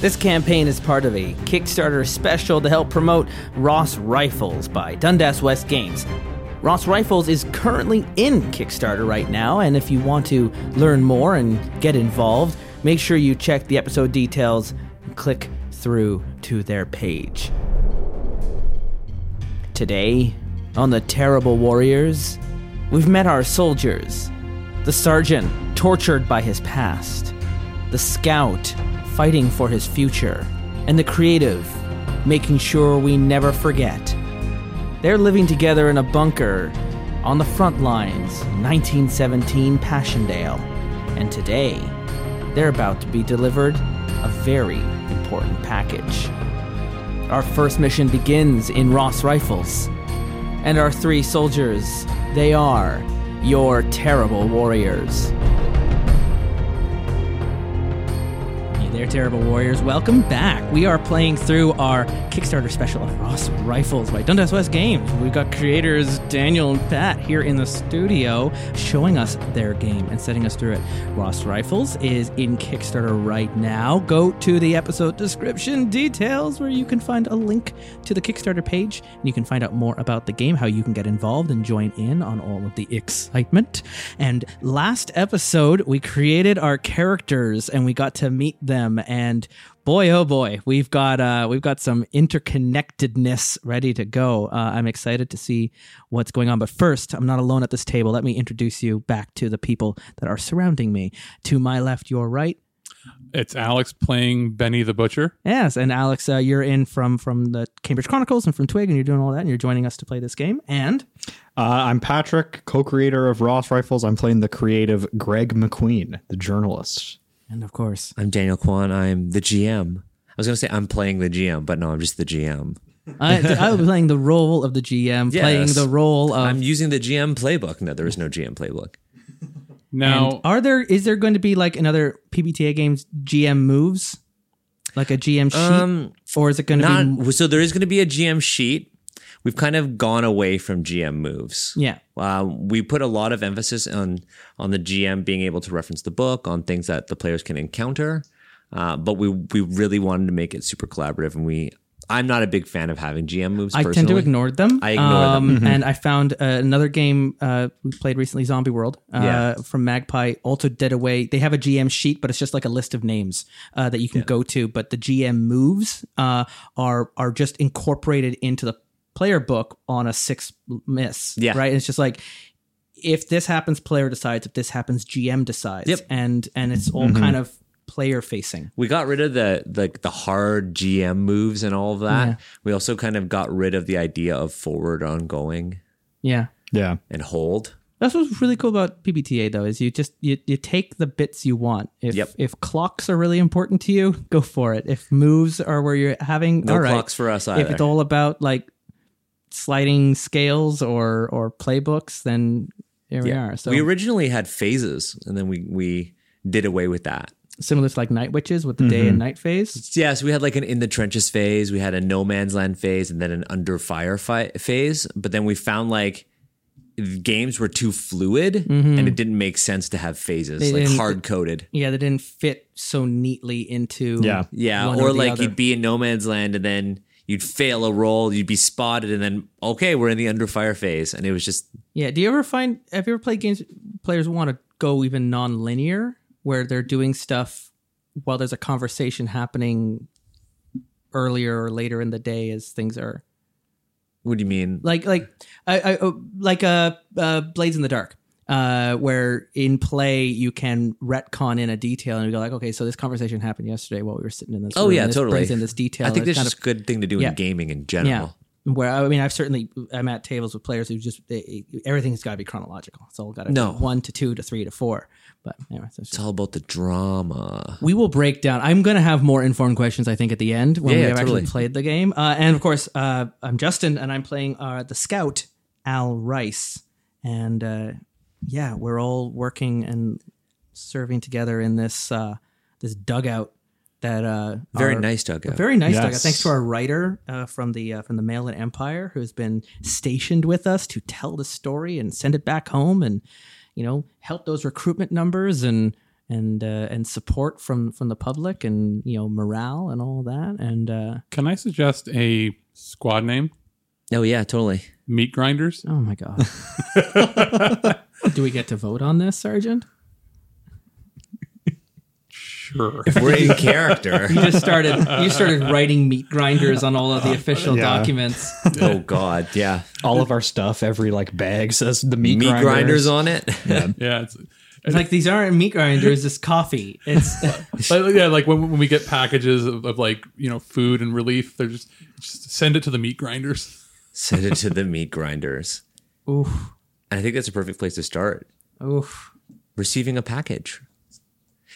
This campaign is part of a Kickstarter special to help promote Ross Rifles by Dundas West Games. Ross Rifles is currently in Kickstarter right now, and if you want to learn more and get involved, make sure you check the episode details and click through to their page. Today, on the Terrible Warriors, we've met our soldiers. The sergeant, tortured by his past. The scout, fighting for his future. And the creative, making sure we never forget. They're living together in a bunker on the front lines, 1917 Passchendaele. And today, they're about to be delivered a very important package. Our first mission begins in Ross Rifles. And our three soldiers, they are your terrible warriors. Hey there, terrible warriors. Welcome back. We are playing through our Kickstarter special of Ross Rifles by Dundas West Games. We've got creators Daniel and Pat here in the studio showing us their game and setting us through it. Ross Rifles is in Kickstarter right now. Go to the episode description details where you can find a link to the Kickstarter page and you can find out more about the game, how you can get involved and join in on all of the excitement. And last episode, we created our characters and we got to meet them and boy oh boy we've got uh we've got some interconnectedness ready to go uh, i'm excited to see what's going on but first i'm not alone at this table let me introduce you back to the people that are surrounding me to my left your right It's Alex playing Benny the Butcher. Yes, and Alex, uh, you're in from from the Cambridge Chronicles and from Twig, and you're doing all that, and you're joining us to play this game. And Uh, I'm Patrick, co-creator of Ross Rifles. I'm playing the creative Greg McQueen, the journalist. and of course, I'm Daniel Kwan. I'm the GM. I was going to say I'm playing the GM, but no, I'm just the GM. I, I will be playing the role of the GM, playing Yes. the role of. I'm using the GM playbook. No, there is no GM playbook. Now, And are there is there going to be like another PBTA games GM moves, like a GM sheet, Um, or is it going to be? Not so. There is going to be a GM sheet. We've kind of gone away from GM moves. Yeah, Uh, we put a lot of emphasis on on the GM being able to reference the book, on things that the players can encounter. Uh, but we we really wanted to make it super collaborative, and we I'm not a big fan of having GM moves. I personally. tend to ignore them. I ignore Mm-hmm. them, and I found uh, another game uh, we played recently, Zombie World, uh, Yeah. from Magpie, also dead away. They have a GM sheet, but it's just like a list of names uh, that you can go to. But the GM moves uh, are are just incorporated into the player book on a six miss. Yeah. right. It's just like if this happens, player decides. If this happens, GM decides. Yep. Mm-hmm. and and it's all kind of player facing. we got rid of the like the hard GM moves and all of that. We also kind of got rid of the idea of forward ongoing Yeah. Yeah, and hold. That's what's really cool about PBTA though is you just you, you take the bits you want. If Yep. if clocks are really important to you, go for it. If moves are where you're having No all right. clocks for us if either. it's all about like sliding scales or or playbooks, then here we are. So we originally had phases, and then we we did away with that. similar to like night witches Mm-hmm. with the day and night phase. Yeah, so we had like an in the trenches phase, we had a no man's land phase, and then an under fire fi- phase. But then we found like games were too fluid, and it didn't make sense to have phases Mm-hmm. They like didn't- hard coded. Yeah, they didn't fit so neatly into Yeah. Yeah, one or the like other. you'd be in no man's land and then you'd fail a roll, you'd be spotted, and then okay, we're in the under fire phase, and it was just Yeah. Do you ever find have you ever played games players want to go even non-linear where they're doing stuff while there's a conversation happening earlier or later in the day as things are what do you mean? like like I, I uh, like uh, uh Blades in the Dark. Uh, where in play you can retcon in a detail and you go like, okay, so this conversation happened yesterday while we were sitting in this. Oh room, yeah, and this totally. Brings in this detail. I and think it that's kind just a good thing to do Yeah. in gaming in general. yeah. Where I mean, I've certainly I'm at tables with players who just they, everything's got to be chronological. It's all got to No. be one to two to three to four. But anyway, so it's It's just- all about the drama. we will break down. I'm going to have more informed questions. I think at the end when Yeah, we yeah, have actually totally. played the game. Uh, and of course, uh, I'm Justin, and I'm playing uh, the scout Al Rice. And uh, yeah, we're all working and serving together in this uh, this dugout that uh, Very our- nice, Doug. very nice, Doug. Yes. Thanks to our writer uh, from the uh, from the Mail and Empire, who's been stationed with us to tell the story and send it back home, and you know help those recruitment numbers and and uh, and support from from the public and you know morale and all that and uh, Can I suggest a squad name? Oh yeah, totally. Meat Grinders. oh my god do we get to vote on this sergeant Sure. We're in character. you just started you started writing meat grinders on all of the official Yeah. documents oh God, yeah. All of our stuff, every like bag says the meat, Meat grinders. grinders on it. yeah. It's, it's like these aren't meat grinders it's coffee it's but yeah, like when, when we get packages of, of like you know food and relief, they're just just send it to the meat grinders. Send it to the meat grinders. oof And I think that's a perfect place to start. oof Receiving a package.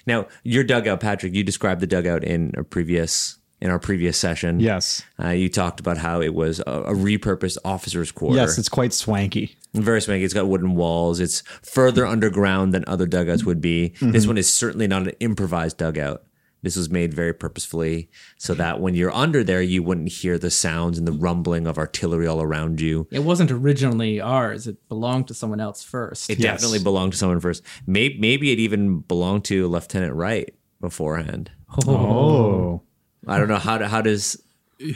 Now, your dugout, Patrick, you described the dugout in a previous in our previous session. Yes. Uh, you talked about how it was a, a repurposed officer's quarter. Yes, it's quite swanky. very swanky. It's got wooden walls. It's further underground than other dugouts would be. This one is certainly not an improvised dugout. This was made very purposefully so that when you're under there, you wouldn't hear the sounds and the rumbling of artillery all around you. it wasn't originally ours it belonged to someone else first It Yes. definitely belonged to someone first. Maybe, maybe it even belonged to Lieutenant Wright beforehand. Oh. I don't know how to, how does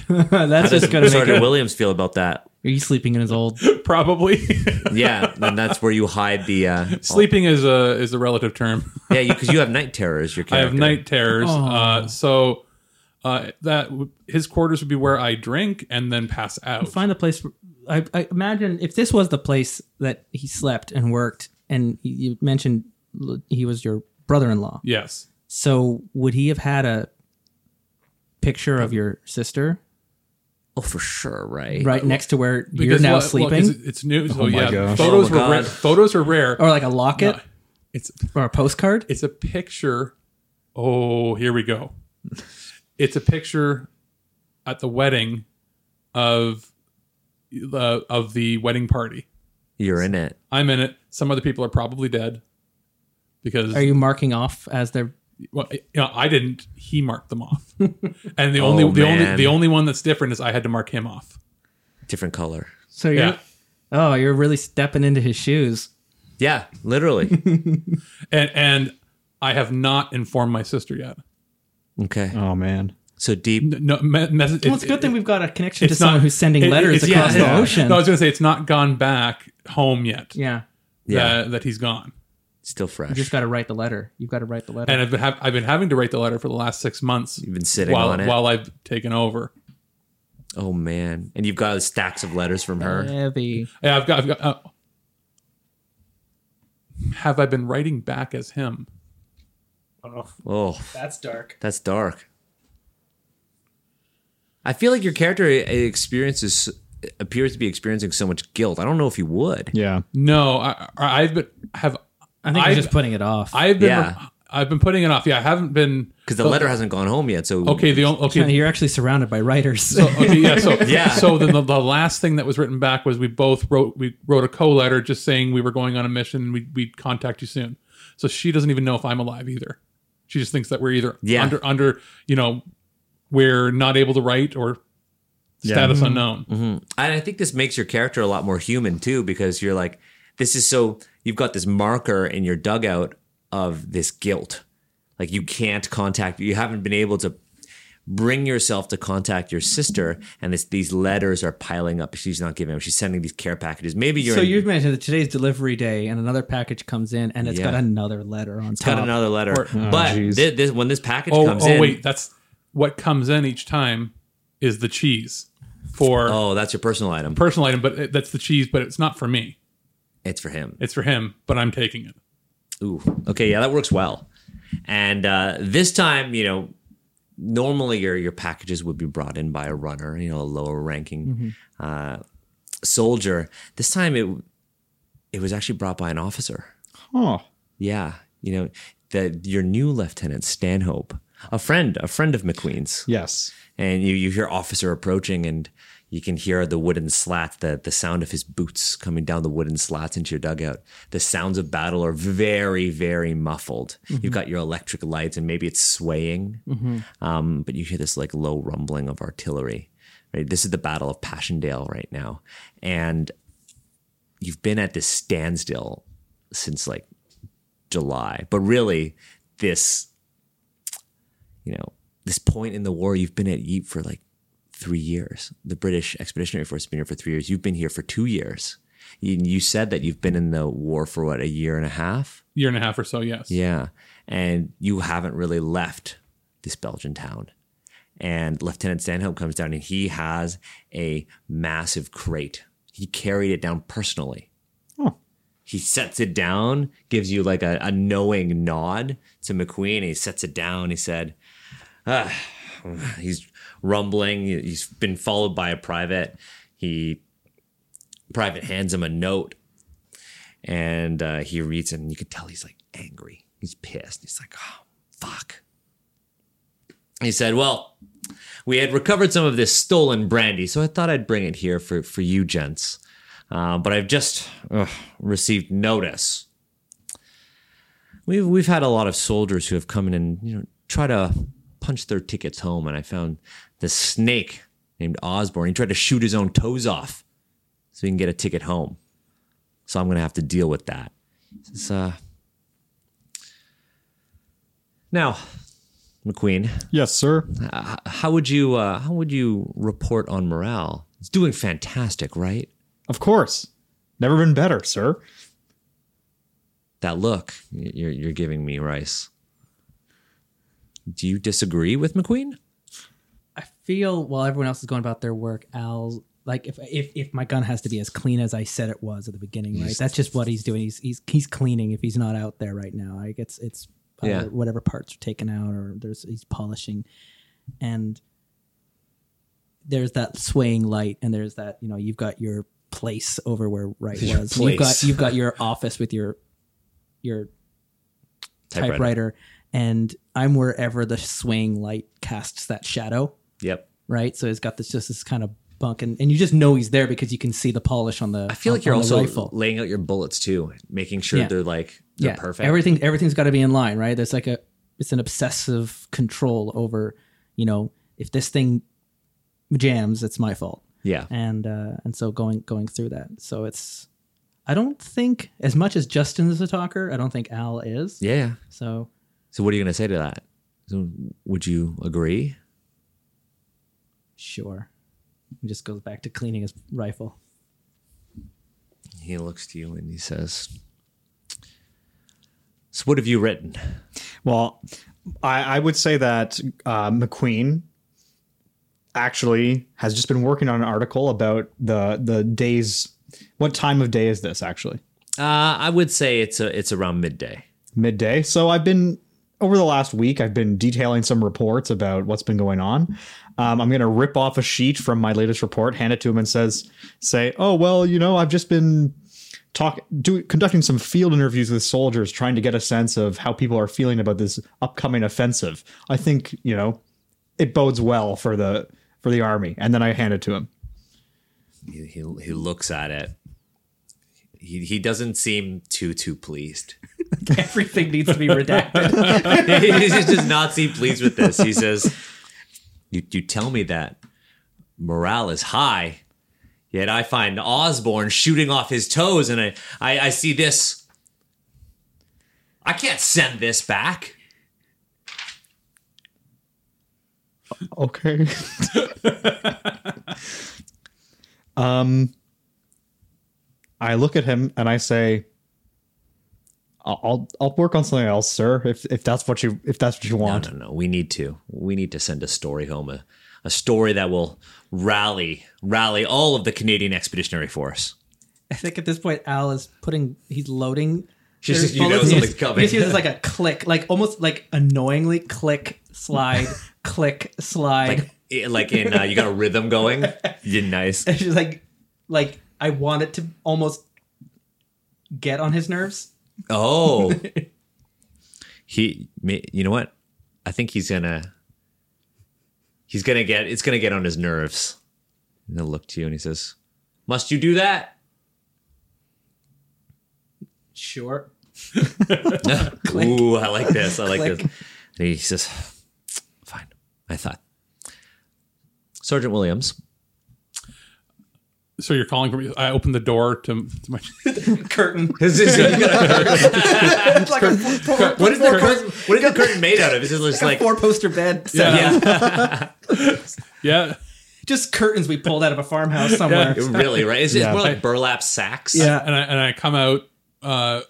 that's just gonna make Sergeant it, Williams feel about that? are you sleeping in his old Probably Yeah, and that's where you hide the uh, sleeping is a is a relative term. Yeah, because you, have night terrors. Your I character. have night terrors. Oh. Uh, so uh, that w- his quarters would be where I drink and then pass out. find the place. I, I imagine if this was the place that he slept and worked, and you- you mentioned l- he was your brother-in-law, Yes. so would he have had a picture of your sister Oh, for sure, right? right next to where you're Because now well- well, 'cause sleeping, it- it's new. So my yeah, gosh. photos Oh my were rare. God. Photos are rare. or like a locket It's or a postcard? it's a picture. Oh, here we go. It's a picture at the wedding of the of the wedding party. You're in it. I'm in it. Some other people are probably dead because Are you marking off as their? well, you know, I didn't. He marked them off, and the only Oh, the man. only the only one that's different is I had to mark him off. Different color. So you're, Yeah, oh, you're really stepping into his shoes. Yeah, literally. and and I have not informed my sister yet. okay. Oh man. So deep. No, me- message. Well, it's good it- that we've got a connection to it's not- someone who's sending it- it- letters it's- yeah, across the yeah. ocean. No, I was going to say it's not gone back home yet. yeah, that, that he's gone. Still you fresh. just got to write the letter. You've got to write the letter. And I've been, ha- I've been having to write the letter for the last six months. You've been sitting while, on it. while I've taken over. oh man. And you've got stacks of letters from Uh, her. Heavy. Yeah, I've got. I've got uh, have I been writing back as him? Oh, That's dark. that's dark. I feel like your character eh, experiences appears to be experiencing so much guilt. I don't know if he would. Yeah. No, I, I- I've been have. I think i I've- just putting it off. I've been. Yeah. I've been putting it off. Yeah, I haven't been Because the letter hasn't gone home yet. So Okay, the only And okay. You're actually surrounded by writers. Okay, yeah. So Yeah. So then the, the last thing that was written back was we both wrote we wrote a co letter just saying we were going on a mission. We we'd contact you soon. So she doesn't even know if I'm alive either. She just thinks that we're either Yeah. under under you know we're not able to write or status unknown. And I think this makes your character a lot more human too, because you're like, this is so you've got this marker in your dugout of this guilt. Like you can't contact you haven't been able to bring yourself to contact your sister, and this these letters are piling up. She's not giving them, she's sending these care packages. Maybe you're so in- you've mentioned that today's delivery day, and another package comes in, and it's Yeah. got another letter on got top. another letter. but geez. thi- this, when this package Oh, comes oh in wait, that's what comes in each time is the cheese for Oh, that's your personal item. personal item, but it- that's the cheese, but it's not for me. It's for him. It's for him, but I'm taking it. Ooh. Okay, yeah, that works well. And uh, this time, you know, normally your your packages would be brought in by a runner, you know, a lower ranking uh, soldier. This time, it it was actually brought by an officer. Oh. Yeah, you know, the your new lieutenant Stanhope, a friend, a friend of McQueen's Yes. and you, you hear officer approaching and you can hear the wooden slats the, the sound of his boots coming down the wooden slats into your dugout the sounds of battle are very very muffled you've got your electric lights and maybe it's swaying um, but you hear this like low rumbling of artillery right this is the battle of passchendaele right now and you've been at this standstill since like July, but really this, you know, this point in the war. You've been at Ypres for like three years. The British Expeditionary Force has been here for three years. You've been here for two years. You, you said that you've been in the war for what a year and a half. year and a half or so. Yes. Yeah, and you haven't really left this Belgian town. And Lieutenant Stanhope comes down and he has a massive crate. He carried it down personally Oh, he sets it down, gives you like a, a knowing nod to McQueen. And he sets it down. He said, ah, he's rumbling. He's been followed by a private. He private hands him a note, and uh, he reads it. And you can tell he's like angry. He's pissed. He's like, oh fuck. He said, well. We had recovered some of this stolen brandy, so I thought I'd bring it here for, for you gents. Uh, but I've just ugh, received notice. We've we've had a lot of soldiers who have come in and you know try to punch their tickets home, and I found this snake named Osborne. He tried to shoot his own toes off so he can get a ticket home. So I'm gonna have to deal with that. It's, uh... Now, McQueen, yes, sir. uh, how would you uh, how would you report on morale? It's doing fantastic, right? Of course. Never been better, sir. that look you're, you're giving me, Rice. Do you disagree with McQueen? I feel while everyone else is going about their work, Al. Like if, if if my gun has to be as clean as I said it was at the beginning, right? That's just what he's doing. He's he's he's cleaning if he's not out there right now. Like it's it's uh, Yeah. whatever parts are taken out or there's he's polishing, and there's that swaying light and there's that you know you've got your place over where right was. You've got place. you've got your office with your your typewriter. and I'm wherever the swaying light casts that shadow, Yep. right? So he's got this just this kind of bunk, and, and you just know he's there because you can see the polish on the. I feel on- like you're on the also rifle. laying out your bullets too, making sure Yeah. they're like they're perfect. Everything everything's got to be in line, right? There's like a it's an obsessive control over, you know, if this thing jams, it's my fault, yeah. and uh, and so going going through that. So it's I don't think as much as Justin is a talker. I don't think Al is. Yeah. So So what are you gonna say to that? So would you agree? sure, he just goes back to cleaning his rifle. He looks to you and he says, "So what have you written?" Well, I, I would say that uh, McQueen actually has just been working on an article about the the days. What time of day is this actually? Uh, I would say it's a, it's around midday. midday. So I've been over the last week. I've been detailing some reports about what's been going on. Um, I'm gonna rip off a sheet from my latest report, hand it to him, and says, "Say, oh well, you know, I've just been talk do, conducting some field interviews with soldiers, trying to get a sense of how people are feeling about this upcoming offensive. I think you know it bodes well for the for the army." And then I hand it to him. he he, he looks at it. He he doesn't seem too too pleased. Everything needs to be redacted. he just does not seem pleased with this. He says, "You you tell me that morale is high, yet I find Osborne shooting off his toes, and I I, I see this. I can't send this back." Okay. um, I look at him and I say, "I'll I'll- I'll work on something else, sir. If if that's what you if that's what you No, want." no, no. We need to. We need to send a story home. A, a story that will rally rally all of the Canadian Expeditionary Force. I think at this point, Al is putting, he's loading. She's their just- you know bullets. something's He just- coming. he just hears like a click, like almost like annoyingly click, slide, click, slide. like it- like in uh, you got a rhythm going. Yeah, nice. it's just like, like I want it to almost get on his nerves. Oh, he. ma- You know what? I think he's gonna. He's gonna get. It's gonna get on his nerves. And he'll look to you and he says, "Must you do that?" Sure. Ooh, I like this. I like Click. this. And he says, "Fine." I thought, Sergeant Williams. So you're calling for me. I opened the door to, to my. curtain. Is this- you gotta- it's like a four, four, what is the curtain? What is the curtain made out of? Is it just like four poster bed. set. Yeah. yeah. Just curtains we pulled out of a farmhouse somewhere. really right? Is it Yeah. more like burlap sacks? Yeah. And I, and I come out. Uh,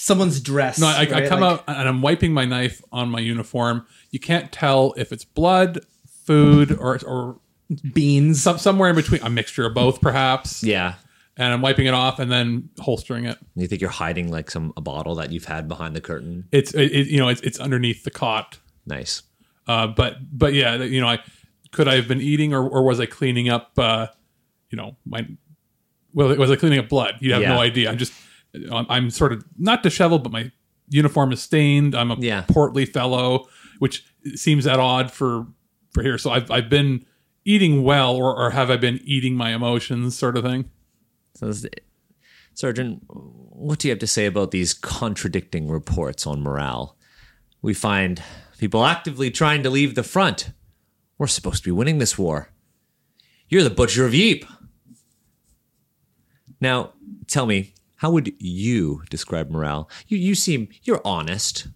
Someone's dress. No, I, I right? come Like- out and I'm wiping my knife on my uniform. You can't tell if it's blood, food, or or beans. some, somewhere in between, a mixture of both, perhaps. Yeah. And I'm wiping it off and then holstering it. You think you're hiding like some a bottle that you've had behind the curtain? It's it, it- you know it's it's underneath the cot. Nice. Uh, but but yeah, you know, I could I have been eating or or was I cleaning up? Uh, you know, my well, was I cleaning up blood? You have Yeah. no idea. I'm just I'm, I'm sort of not disheveled, but my uniform is stained. I'm a Yeah. portly fellow, which seems at odd for for here. So I've I've been eating well, or or have I been eating my emotions, sort of thing. So this- Sergeant, what do you have to say about these contradicting reports on morale? We find people actively trying to leave the front. We're supposed to be winning this war. You're the butcher of Yeep. Now, tell me, how would you describe morale? You you seem you're honest.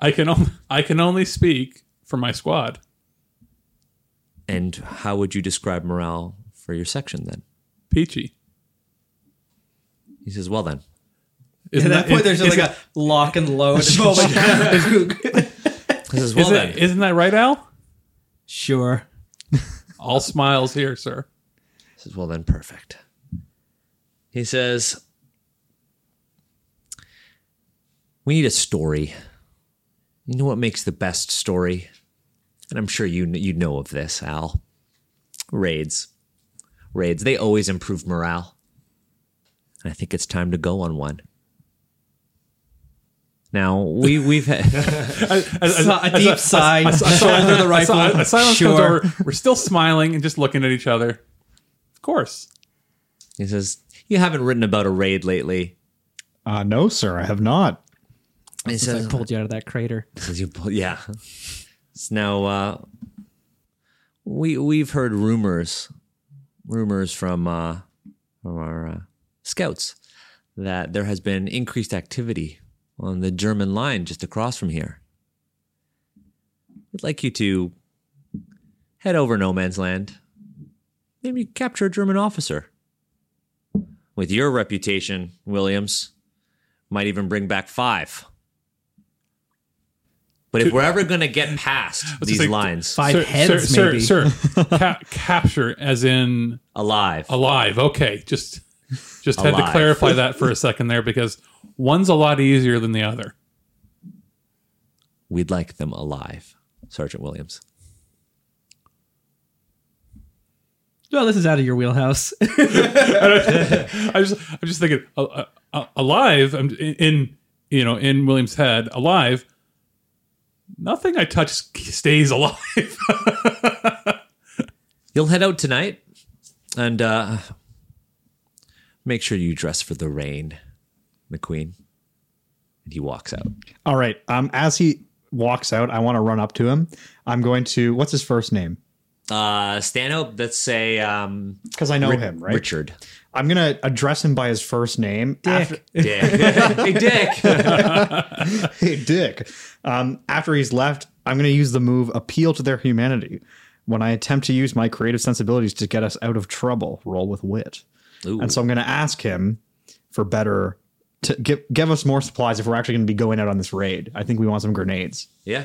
I can only I can only speak for my squad. And how would you describe morale for your section then? Peachy. He says, "Well then, Isn't At that point, there's just like a lock and load moment. he says, well isn't, then, that, isn't that right, Al? sure. All smiles here, sir. says, Well, then, perfect. He says, We need a story. You know what makes the best story? And I'm sure you, you know of this, Al. Raids. Raids, they always improve morale. And I think it's time to go on one. Now, we, we've had. So- a deep sigh. shoulder the A si- rifle. a silence sure. comes over. We're still smiling and just looking at each other. Of course. He says, You haven't written about a raid lately. Uh, no, sir, I have not. He Since says, I pulled you out of that crater. Because you pull- yeah. So now uh, we we've heard rumors, rumors from uh, from our uh, scouts that there has been increased activity on the German line just across from here. We'd like you to head over no man's land, maybe capture a German officer. With your reputation, Williams, might even bring back five. But if we're ever going to get past just these say, lines Five sir, heads, sir, maybe. Sir, sir. Ca- capture as in alive, alive. Okay. Just just had Alive. to clarify that for a second there because one's a lot easier than the other. we'd like them alive, Sergeant Williams. Well, this is out of your wheelhouse. I just I'm just thinking uh, uh, uh, alive I'm in, in you know in William's head alive nothing I touch stays alive. You'll head out tonight and uh, make sure you dress for the rain, McQueen. And he walks out. All right. Um, as he walks out, I want to run up to him. I'm going to. What's his first name? Uh, Stanhope, let's say um, Because I know him, right? Richard. I'm gonna address him by his first name. After, Dick. hey, Dick. hey, Dick. Um, after he's left, I'm gonna use the move appeal to their humanity. When I attempt to use my creative sensibilities to get us out of trouble, roll with wit. Ooh. And so I'm gonna ask him for better to give give us more supplies if we're actually gonna be going out on this raid. I think we want some grenades. Yeah.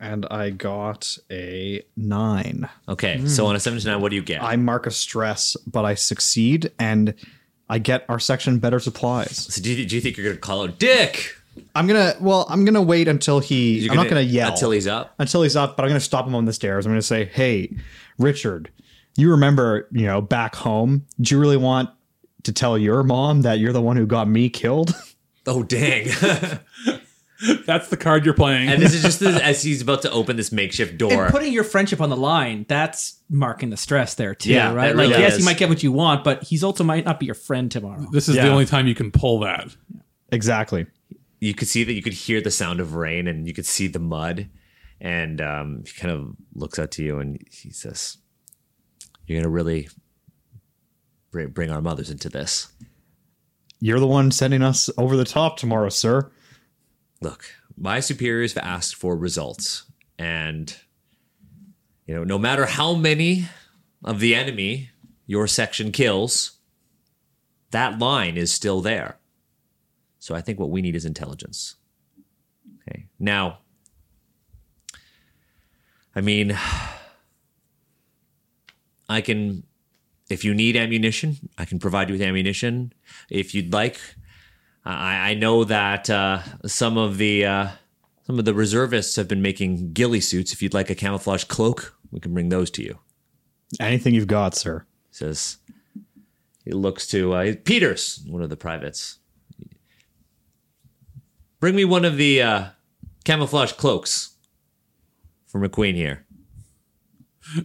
And I got a nine. Okay. So on a 79, what do you get? Hmm. I mark a stress, but I succeed and I get our section better supplies. so do, you, do you think you're going to call out Dick? I'm gonna well, I'm gonna wait until he You're I'm not gonna yell Until he's up? until he's up, but I'm gonna stop him on the stairs. I'm gonna say, Hey, Richard, you remember, you know, back home, do you really want to tell your mom that you're the one who got me killed? Oh, dang. That's the card you're playing. and this is just the, as he's about to open this makeshift door. and putting your friendship on the line, that's marking the stress there too, Yeah, right? that Like, really yes, is. you might get what you want, but he's also might not be your friend tomorrow. this is Yeah. the only time you can pull that. exactly. you could see that you could hear the sound of rain and you could see the mud and um, he kind of looks out to you and he says, "You're gonna really br- bring our mothers into this. You're the one sending us over the top tomorrow, sir. Look, my superiors have asked for results, and you know, no matter how many of the enemy your section kills, that line is still there. So I think what we need is intelligence. Okay, now." I mean, I can, if you need ammunition, I can provide you with ammunition. If you'd like, I, I know that uh, some of the uh, some of the reservists have been making ghillie suits. If you'd like a camouflage cloak, we can bring those to you. Anything you've got, sir. He says he looks to uh, Peters, one of the privates. Bring me one of the uh, camouflage cloaks for McQueen here.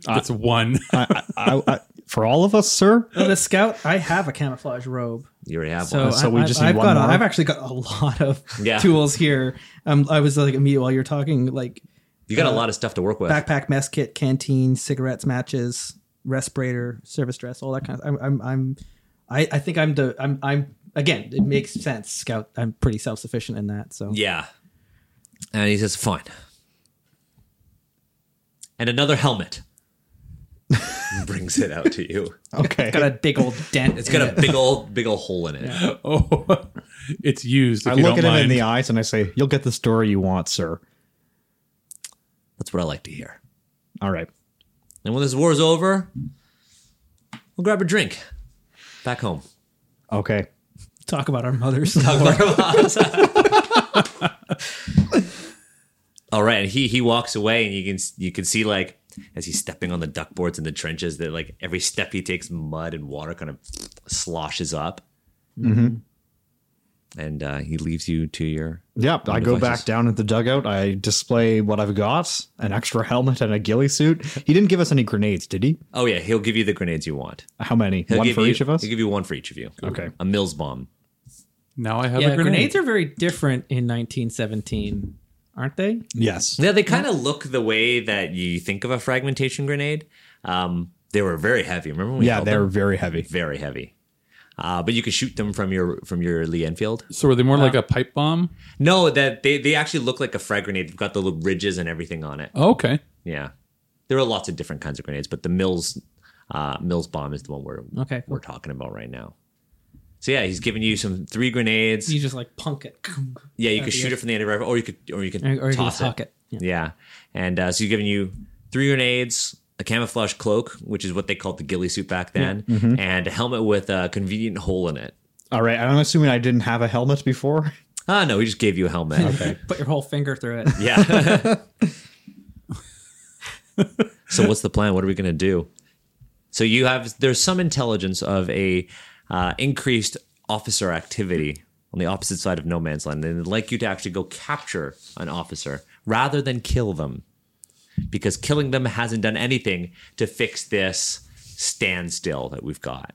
That's one. I, I, I, for all of us, sir. Oh, the scout, I have a camouflage robe. You already have So, one. So I, we just I, have need one got a- more? I've actually got a lot of Yeah. tools here. Um, I was like immediately while you're talking, like You got a lot of stuff to work with. backpack, mess kit, canteen, cigarettes, matches, respirator, service dress, all that kind of. I'm, I'm, I'm I, I think I'm the, I'm, I'm again. It makes sense, Scout. I'm pretty self sufficient in that. So Yeah. And he says, fine. And another helmet. Brings it out to you. Okay. got a big old dent. It's in got a it. big old, big old hole in it. oh, it's used. If I you look don't at him mind. in the eyes and I say, You'll get the story you want, sir. That's what I like to hear. All right. And when this war's over, we'll grab a drink. Back home. Okay. Talk about our mothers. All right, and he he walks away, and you can you can see like as he's stepping on the duckboards in the trenches that like every step he takes, mud and water kind of sloshes up, mm-hmm. and uh, he leaves you to your Yep. I go devices. back down at the dugout. I display what I've got an extra helmet and a ghillie suit. He didn't give us any grenades, did he? Oh yeah, he'll give you the grenades you want. How many? He'll one give for you- each of us? He'll give you one for each of you. Okay. A Mills bomb. now I have yeah, a grenade. grenades are very different in 1917, aren't they? Yes. Yeah, they kind of look the way that you think of a fragmentation grenade. Um, they were very heavy. Remember when we Yeah, held they're them? very heavy. very heavy. Uh, but you could shoot them from your from your Lee Enfield. so are they more like a pipe bomb? No, that they, they actually look like a frag grenade. They've got the little ridges and everything on it. Oh, okay. Yeah, there are lots of different kinds of grenades, but the Mills uh, Mills bomb is the one we're Okay, cool. we're talking about right now. So yeah, he's giving you some three grenades. You just like punk it, yeah, you could shoot it from the anti rifle, or you could or you could or, or you toss just it. huck it. Yeah. Yeah, and uh, so he's giving you three grenades. A camouflage cloak, which is what they called the ghillie suit back then, and a helmet with a convenient hole in it. All right. I'm assuming I didn't have a helmet before. Ah, no, he just gave you a helmet. Put your whole finger through it. Yeah. so what's the plan? What are we going to do? So you have there's some intelligence of a uh, increased officer activity on the opposite side of no man's land. They'd like you to actually go capture an officer rather than kill them, because killing them hasn't done anything to fix this standstill that we've got.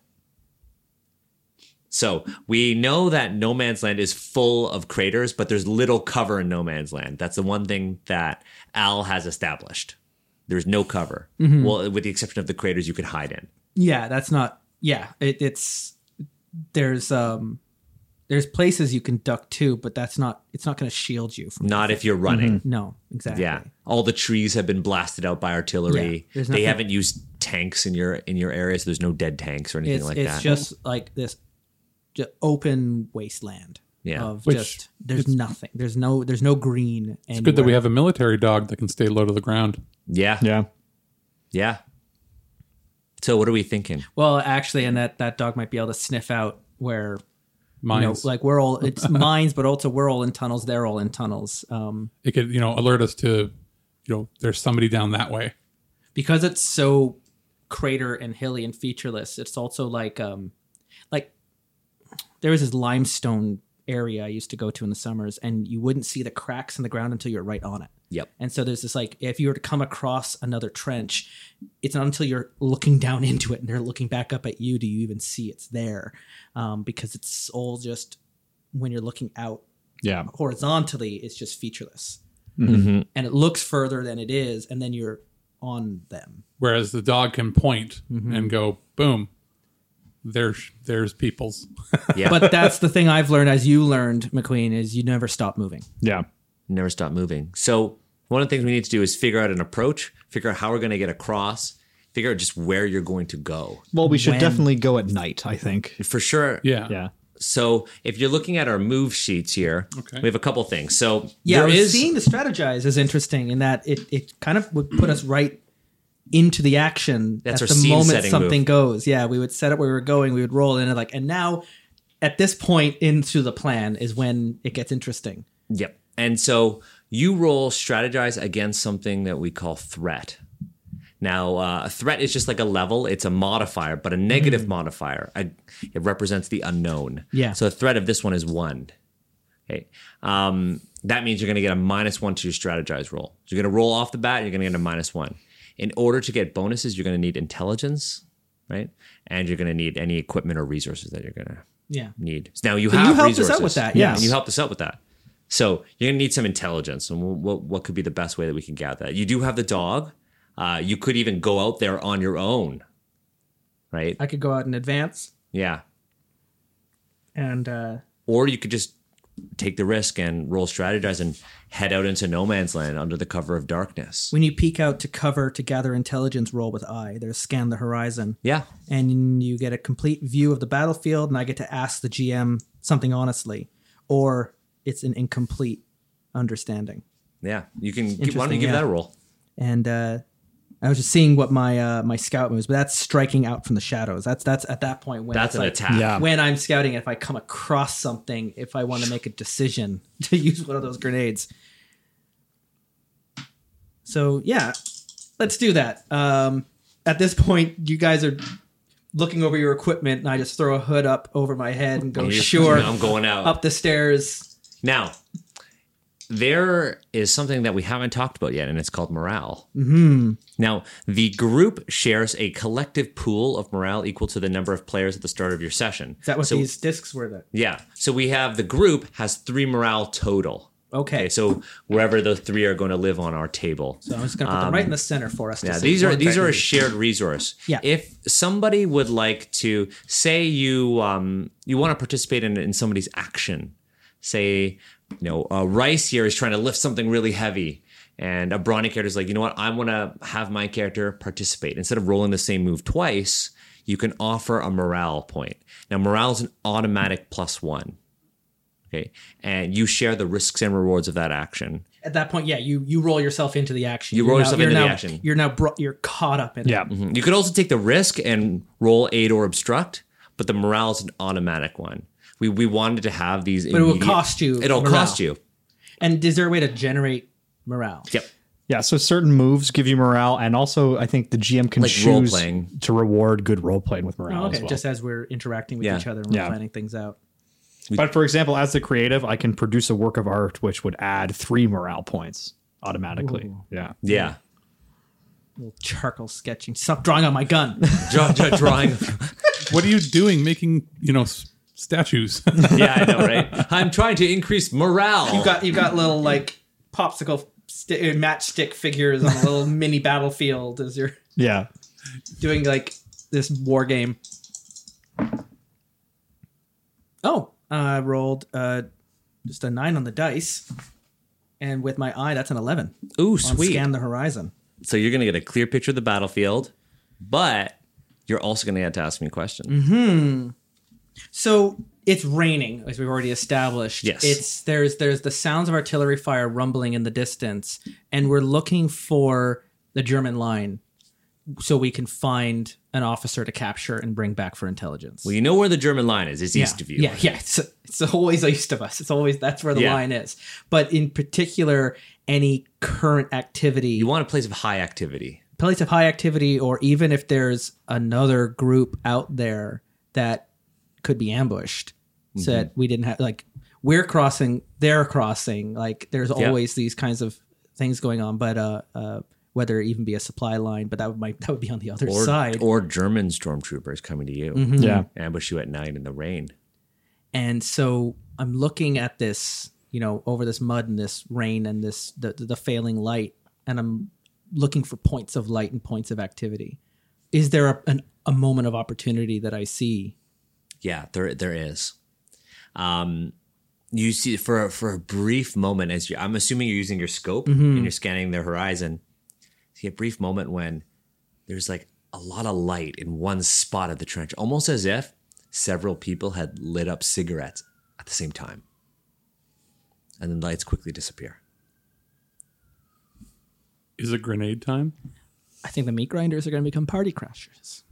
So we know that No Man's Land is full of craters, but there's little cover in No Man's Land. That's the one thing that Al has established. There's no cover. Mm-hmm. Well, with the exception of the craters you could hide in. yeah that's not yeah it, it's there's um there's places you can duck to but that's not it's not going to shield you from Not if you're running. no exactly Yeah. All the trees have been blasted out by artillery. Yeah, there's they nothing- haven't used tanks in your in your area, so there's no dead tanks or anything it's, like it's that. just like this just open wasteland Yeah. of Which- just there's nothing there's no there's no green It's good that we have a military dog that can stay low to the ground. yeah. Yeah. Yeah. So what are we thinking? well actually and that that dog might be able to sniff out where you know, Mines. like we're all it's mines but also we're all in tunnels they're all in tunnels um it could, you know, alert us to, you know, there's somebody down that way. because it's so crater and hilly and featureless it's also like um like there was this limestone area i used to go to in the summers and you wouldn't see the cracks in the ground until you're right on it Yep. and so there's this like if you were to come across another trench it's not until you're looking down into it and they're looking back up at you do you even see it's there um, because it's all just when you're looking out Yeah. horizontally it's just featureless and it looks further than it is, and then you're on them. Whereas the dog can point Mm-hmm. and go, boom, there's there's people's. Yeah. But that's the thing I've learned, as you learned, McQueen, is you never stop moving. Yeah. never stop moving. So one of the things we need to do is figure out an approach, figure out how we're going to get across, figure out just where you're going to go. Well, we should When- definitely go at night, I think. For sure. Yeah. Yeah. So if you're looking at our move sheets here, Okay. we have a couple things. So Yeah, there is seeing the strategize is interesting in that it, it kind of would put us right into the action That's at our the scene moment setting something move. goes. Yeah, we would set up where we were going, we would roll in and like, and now at this point into the plan is when it gets interesting. Yep. And so you roll strategize against something that we call threat. Now, uh, a threat is just like a level, it's a modifier, but a negative modifier. I, it represents the unknown. Yeah. So the threat of this one is one. Okay. Um, that means you're going to get a minus one to your strategize roll. So you're going to roll off the bat, you're going to get a minus one. In order to get bonuses, you're going to need intelligence, right? And you're going to need any equipment or resources that you're going to Yeah. need. Now you So have you helped us resources. out with that, Yeah, yes. you helped us out with that. So you're gonna need some intelligence, and what what- what could be the best way that we can gather that? You do have the dog. Uh, you could even go out there on your own, right? I could go out in advance yeah, and uh or you could just take the risk and roll strategize and head out into no man's land under the cover of darkness. when you peek out to cover to gather intelligence roll with eye, there's scan the horizon. yeah, and you get a complete view of the battlefield and i get to ask the gm something honestly or it's an incomplete understanding yeah. You can. Why don't you Interesting, give yeah. that a roll? and uh i was just seeing what my uh my scout moves but that's striking out from the shadows that's that's at that point when it's That's an like, attack. Yeah. when i'm scouting if i come across something if i want to make a decision to use one of those grenades so yeah let's do that um at this point you guys are looking over your equipment and i just throw a hood up over my head and go Oh, You're- sure I'm going out. up the stairs Now, there is something that we haven't talked about yet, and it's called morale. Mm-hmm. Now, the group shares a collective pool of morale equal to the number of players at the start of your session. is that what so, these discs were that Yeah. So we have the group has three morale total. okay, Okay. So wherever the three are going to live on our table. so i'm just gonna put them right in the center for us to um, Yeah, see these are what these that are is. a shared resource. Yeah. If somebody would like to say you um you want to participate in in somebody's action, say you know uh, Rice here is trying to lift something really heavy, and a brawny character is like you know what I want to have my character participate instead of rolling the same move twice. You can offer a morale point. Now morale is an automatic plus one. Okay, and you share the risks and rewards of that action. at that point, yeah, you you roll yourself into the action. You You're roll now- yourself you're into the now- action. You're now brought, you're caught up in it. You could also take the risk and roll aid or obstruct, but the morale is an automatic one. We we wanted to have these. But it will cost you It'll morale. cost you. And is there a way to generate morale? Yep. Yeah, so certain moves give you morale, and also I think the GM can Like role choose playing. to reward good role playing with Oh, morale okay, as well. just as we're interacting with Yeah. each other and we're Yeah. planning things out. but for example, as the creative, I can produce a work of art which would add three morale points automatically. Yeah, Yeah. Little charcoal sketching. Stop drawing on my gun. Draw, draw, drawing. What are you doing making, you know, s- statues? yeah, I know, right? I'm trying to increase morale. you got you got little like popsicle sti- uh, matchstick figures on a little mini battlefield as you're yeah. doing like this war game. Oh, I rolled uh, just a nine on the dice, and with my eye, that's an eleven. Ooh, on sweet. Scan the horizon. So you're gonna get a clear picture of the battlefield, but you're also gonna have to ask me a question. Mm-hmm. So it's raining, as we've already established. Yes. It's there's there's the sounds of artillery fire rumbling in the distance, and we're looking for the German line, so we can find an officer to capture and bring back for intelligence. You know where the German line is? It's yeah. east of you. Yeah, yeah. It's, it's always east of us. It's always that's where the Yeah. line is. But in particular, any current activity, You want a place of high activity. place of high activity, or even if there's another group out there that could be ambushed, so that we didn't have like we're crossing, they're crossing. Like there's always these kinds of things going on, but uh, uh, whether it even be a supply line, but that would might that would be on the other Or, side. Mm-hmm. or German stormtroopers coming to you. Yeah. Ambush you at night in the rain. And so I'm looking at this you know, over this mud and this rain and this the the failing light, and I'm looking for points of light and points of activity. Is there a an, a moment of opportunity that I see? Yeah, there there is. Um, you see for for a brief moment as you, I'm assuming you're using your scope and you're scanning the horizon. See a brief moment when there's like a lot of light in one spot of the trench, almost as if several people had lit up cigarettes at the same time, and then lights quickly disappear. Is it grenade time? I think the meat grinders are going to become party crashers.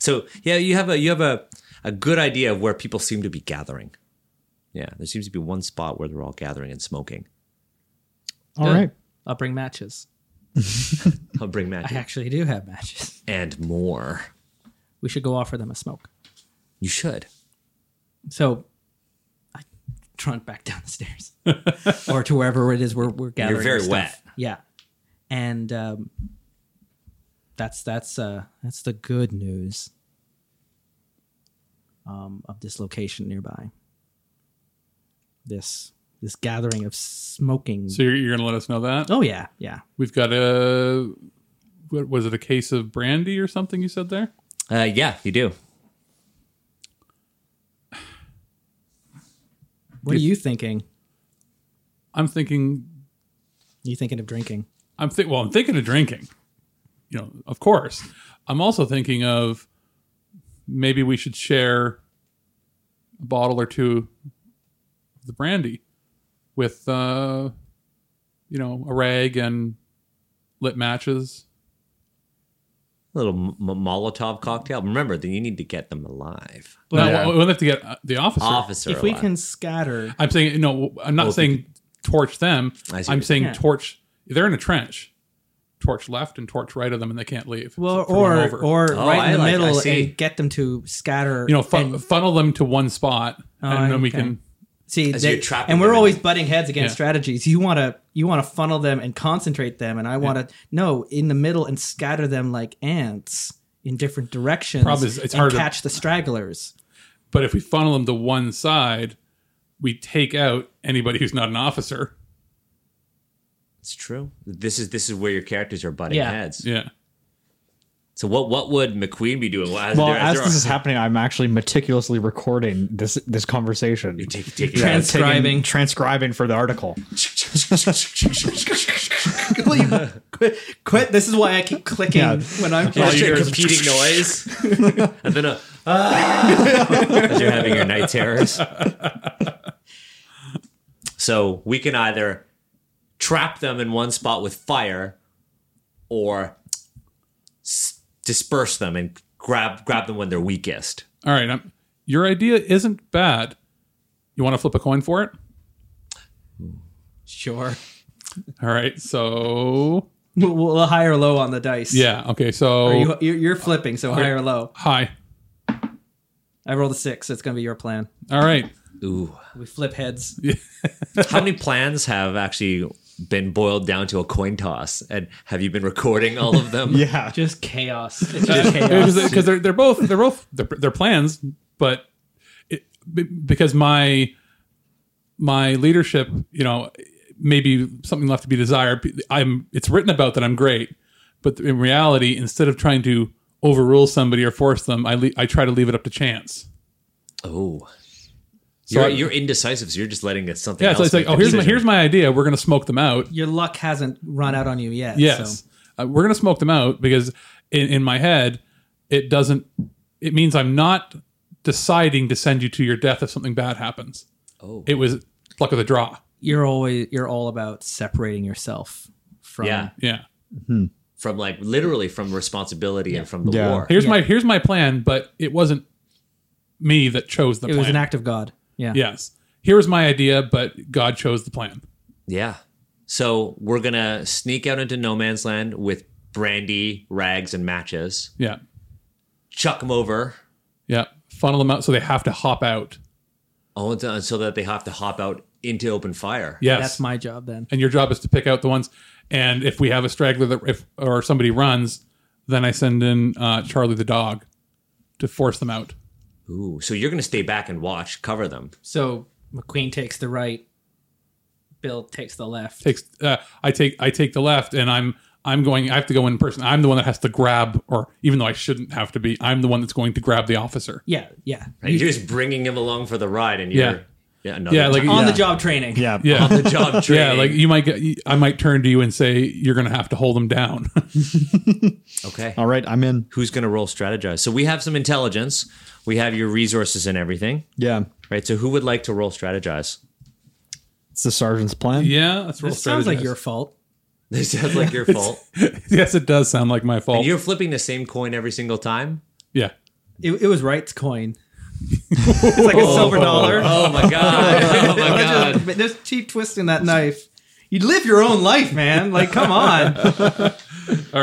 So yeah, you have a you have a a good idea of where people seem to be gathering. Yeah, there seems to be one spot where they're all gathering and smoking. All right. I'll bring matches. I'll bring magic. I actually do have matches. and more. We should go offer them a smoke. You should. So I trunk back down the stairs or to wherever it is we're, we're gathering. very our stuff. wet. Yeah. And um, that's that's uh, that's the good news um, of this location nearby. This this gathering of smoking. So you're, you're going to let us know that? oh yeah, yeah. We've got a. What was it? A case of brandy or something you said there? Uh, yeah, you do. What are you thinking? I'm thinking. You thinking of drinking? I'm think. Well, I'm thinking of drinking. You know, of course. I'm also thinking of maybe we should share a bottle or two of the brandy with, uh, you know, a rag and lit matches. little m- m- Molotov cocktail. Remember that you need to get them alive. Well, Yeah. we'll have to get uh, the officer. Officer. if we alive. can scatter, I'm saying no. I'm not Well, saying torch them. I see. I'm saying Yeah. torch. They're in a trench. Torch left and torch right of them, and they can't leave. well, Throw them or over. or Oh, right in I the like- I middle see. and get them to scatter. you know, fu- and- Oh, funnel them to one spot, and then we okay. can. See, As they- you're trapping and we're them in always butting heads against Yeah. strategies. You want to you want to funnel them and concentrate them, and I want to no in the middle and scatter them like ants in different directions. Problem is, it's and harder- catch the stragglers. But if we funnel them to one side, we take out anybody who's not an officer. it's true. This is this is where your characters are butting Yeah. heads. Yeah. So what what would McQueen be doing? Well, as Well, they're- as they're- this is happening, I'm actually meticulously recording this this conversation. you take, take Yeah, it taking- Transcribing. transcribing for the article. Will you quit, quit? This is why I keep clicking Yeah. when I'm. out. Yeah. Just a competing noise, and then a as you're having your night terrors. So we can either trap them in one spot with fire, or s- disperse them and grab grab them when they're weakest. All right. I'm, your idea isn't bad. You want to flip a coin for it? Sure, All right. So we'll, we'll high or low on the dice. yeah. Okay. So Or you, you're, you're flipping, so high or low. hi. I rolled a six. So it's gonna be your plan. All right. Ooh, We flip heads. how many plans have actually been boiled down to a coin toss, and have you been recording all of them? Yeah. Just chaos. It's just chaos. because they're they're both they're both they're, they're plans, but it, be- because my my leadership, you know, maybe something left to be desired. I'm it's written about that I'm great, but in reality, instead of trying to overrule somebody or force them, I le- I try to leave it up to chance. Oh. So you're, I- you're indecisive, so you're just letting it something Yeah, else. so it's like, make the oh, here's my, decision. here's my idea. We're going to smoke them out. Your luck hasn't run out on you yet. Yes, So. uh, we're going to smoke them out because in, in my head, it doesn't. It means I'm not deciding to send you to your death if something bad happens. Oh. it was luck of the draw. You're always you're all about separating yourself from. Yeah. Yeah. from like literally from responsibility and from the Yeah. war. Here's my here's my plan, but it wasn't me that chose the It plan. was an act of God. Yeah. Yes. Here's my idea, but God chose the plan. Yeah. So we're gonna sneak out into no man's land with brandy, rags, and matches. Yeah. Chuck them over. Yeah. Funnel them out so they have to hop out. Oh, and so- so that they have to hop out into open fire. Yes. That's my job then. and your job is to pick out the ones. And if we have a straggler that if or somebody runs, then I send in uh, Charlie the dog to force them out. Ooh, so you're going to stay back and watch, cover them. So McQueen takes the right. Bill takes the left. takes uh, I take I take the left and I'm I'm going I have to go in person. I'm the one that has to grab or even though I shouldn't have to be, I'm the one that's going to grab the officer. Yeah, yeah. Right? You're just bringing him along for the ride, and you're Yeah. yeah, another Yeah, like- time. On the job training. Yeah. Yeah. on the job training. Yeah, like you might get I might turn to you and say you're going to have to hold him down. okay. All right, I'm in. Who's going to roll strategize? So we have some intelligence. We have your resources and everything, Yeah. right? So who would like to roll strategize? It's the sergeant's plan. yeah, that's real This sounds like strategized. your fault. This sounds like your fault. Yes, it does sound like my fault. You're flipping the same coin every single time. yeah. It, it was Wright's coin. it's like a silver dollar. Oh my god! Oh my god! But there's cheap twisting that knife. You live your own life, man. Like, come on. All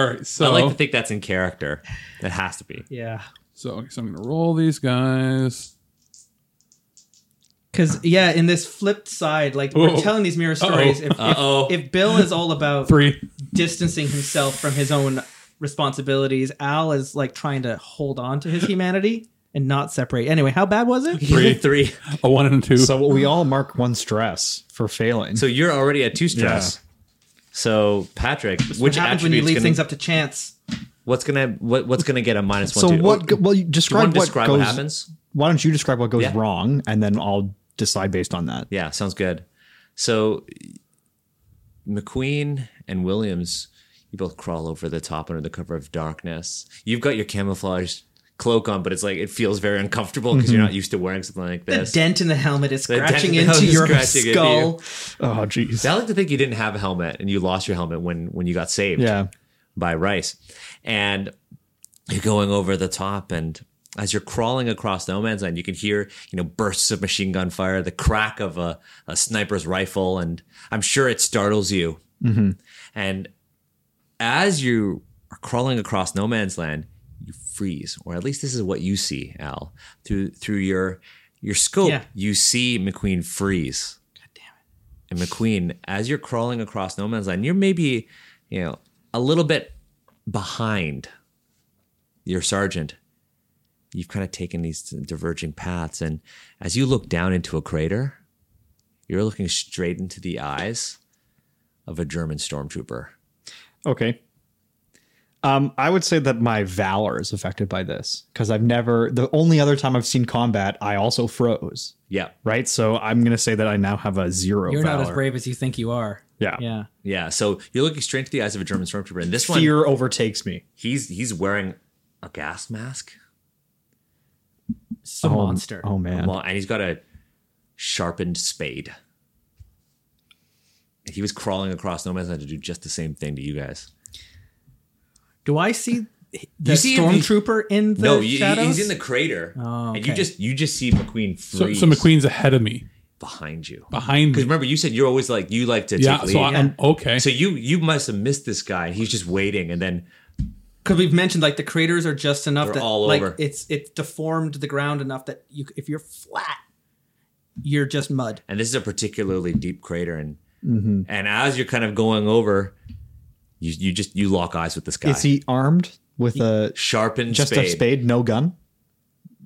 right. So I like to think that's in character. It has to be. yeah. so, okay, so I'm going to roll these guys. Because yeah, in this flipped side, like Whoa. we're telling these mirror stories. If, Uh-oh. if, if Bill is all about 3. distancing himself from his own responsibilities, Al is like trying to hold on to his humanity and not separate. Anyway, how bad was it? Three, three. A 1 and a 2. So we all mark one stress for failing. So you're already at two stress. So Patrick, What which happens when you attributes leave gonna- things up to chance? What's gonna what, what's gonna get a minus one? So to- what? go- Well, you Do you describe want what to describe goes. what happens? Why don't you describe what goes Yeah. wrong, and then I'll decide based on that. Yeah, sounds good. So McQueen and Williams, you both crawl over the top under the cover of darkness. You've got your camouflage cloak on, but it's like it feels very uncomfortable because you're not used to wearing something like The this. dent in the helmet is dent in scratching the helmet into is your scratching into skull. Oh, jeez. I like to think you didn't have a helmet and you lost your helmet when when you got saved. Yeah. by Rice. And you're going over the top and as you're crawling across no man's land, you can hear, you know, bursts of machine gun fire, the crack of a, a sniper's rifle, and I'm sure it startles you. And as you are crawling across no man's land, you freeze, or at least this is what you see, Al. Through through your your scope, Yeah. you see McQueen freeze. God damn it. And McQueen, as you're crawling across no man's land, you're maybe, you know, a little bit behind your sergeant. You've kind of taken these diverging paths, and as you look down into a crater, you're looking straight into the eyes of a German stormtrooper. Okay. Um, I would say that my valor is affected by this because I've never. The only other time I've seen combat, I also froze. Yeah, Right. So I'm gonna say that I now have a 0 You're valor. not as brave as you think you are. Yeah. Yeah. yeah. So you're looking straight into the eyes of a German stormtrooper, and this one, Fear overtakes me. he's he's wearing a gas mask, It's a oh, monster. Oh man. well, and he's got a sharpened spade. He was crawling across no man's land to do just the same thing to you guys. Do I see the You see the- stormtrooper in the no, you, shadows? he's in the crater, Oh, and okay. you just you just see McQueen So, freeze so McQueen's ahead of me. behind you. Behind Because me. remember, you said you're always like you like to Yeah, take lead. so I'm okay. So you you must have missed this guy. He's just waiting, and then because we've mentioned like the craters are just enough They're that all like over. it's it's deformed the ground enough that you if you're flat, you're just mud. and this is a particularly deep crater, and Mm-hmm. and as you're kind of going over, you you just you lock eyes with this guy. Is he armed with a sharpened just spade? a spade, no gun?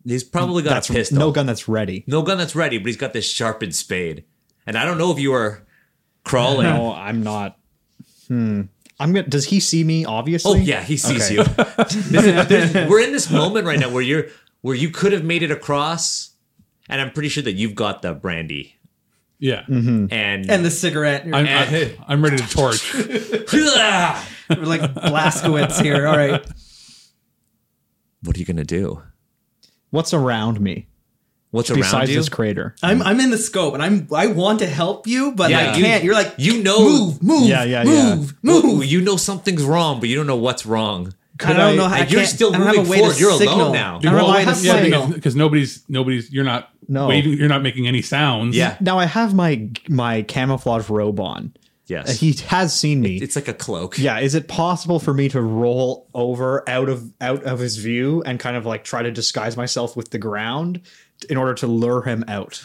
He's probably got That's a pistol. no gun that's ready. No gun that's ready, but he's got this sharpened spade. And I don't know if you are crawling. No, I'm not. Hmm. I'm gonna. Does he see me? Obviously. Oh yeah, he sees Okay. you. This is- there's- we're in this moment right now where you're where you could have made it across, and I'm pretty sure that you've got the brandy yeah. mm-hmm. and And the cigarette, I'm, We're I, hey, I'm ready to torch. what like Blaskowitz here. All right, are you gonna do? What's around me What's around besides you? this crater? I'm I'm in the scope, and I'm I want to help you, but Yeah, I you- can't. You're like you know- move, move, Yeah, yeah, yeah. move, Ooh, move. you know something's wrong, but you don't know what's wrong. I don't know. I- How, I and you're can't- still I don't have moving a way forward. To You're alone signal. now. I don't have a way to Well, yeah, signal. because nobody's nobody's you're not No. waving you're not making any sounds. Yeah. Now I have my my camouflage robe on. Yes. Uh, He has seen me. it's like a cloak. yeah. Is it possible for me to roll over out of out of his view and kind of like try to disguise myself with the ground in order to lure him out?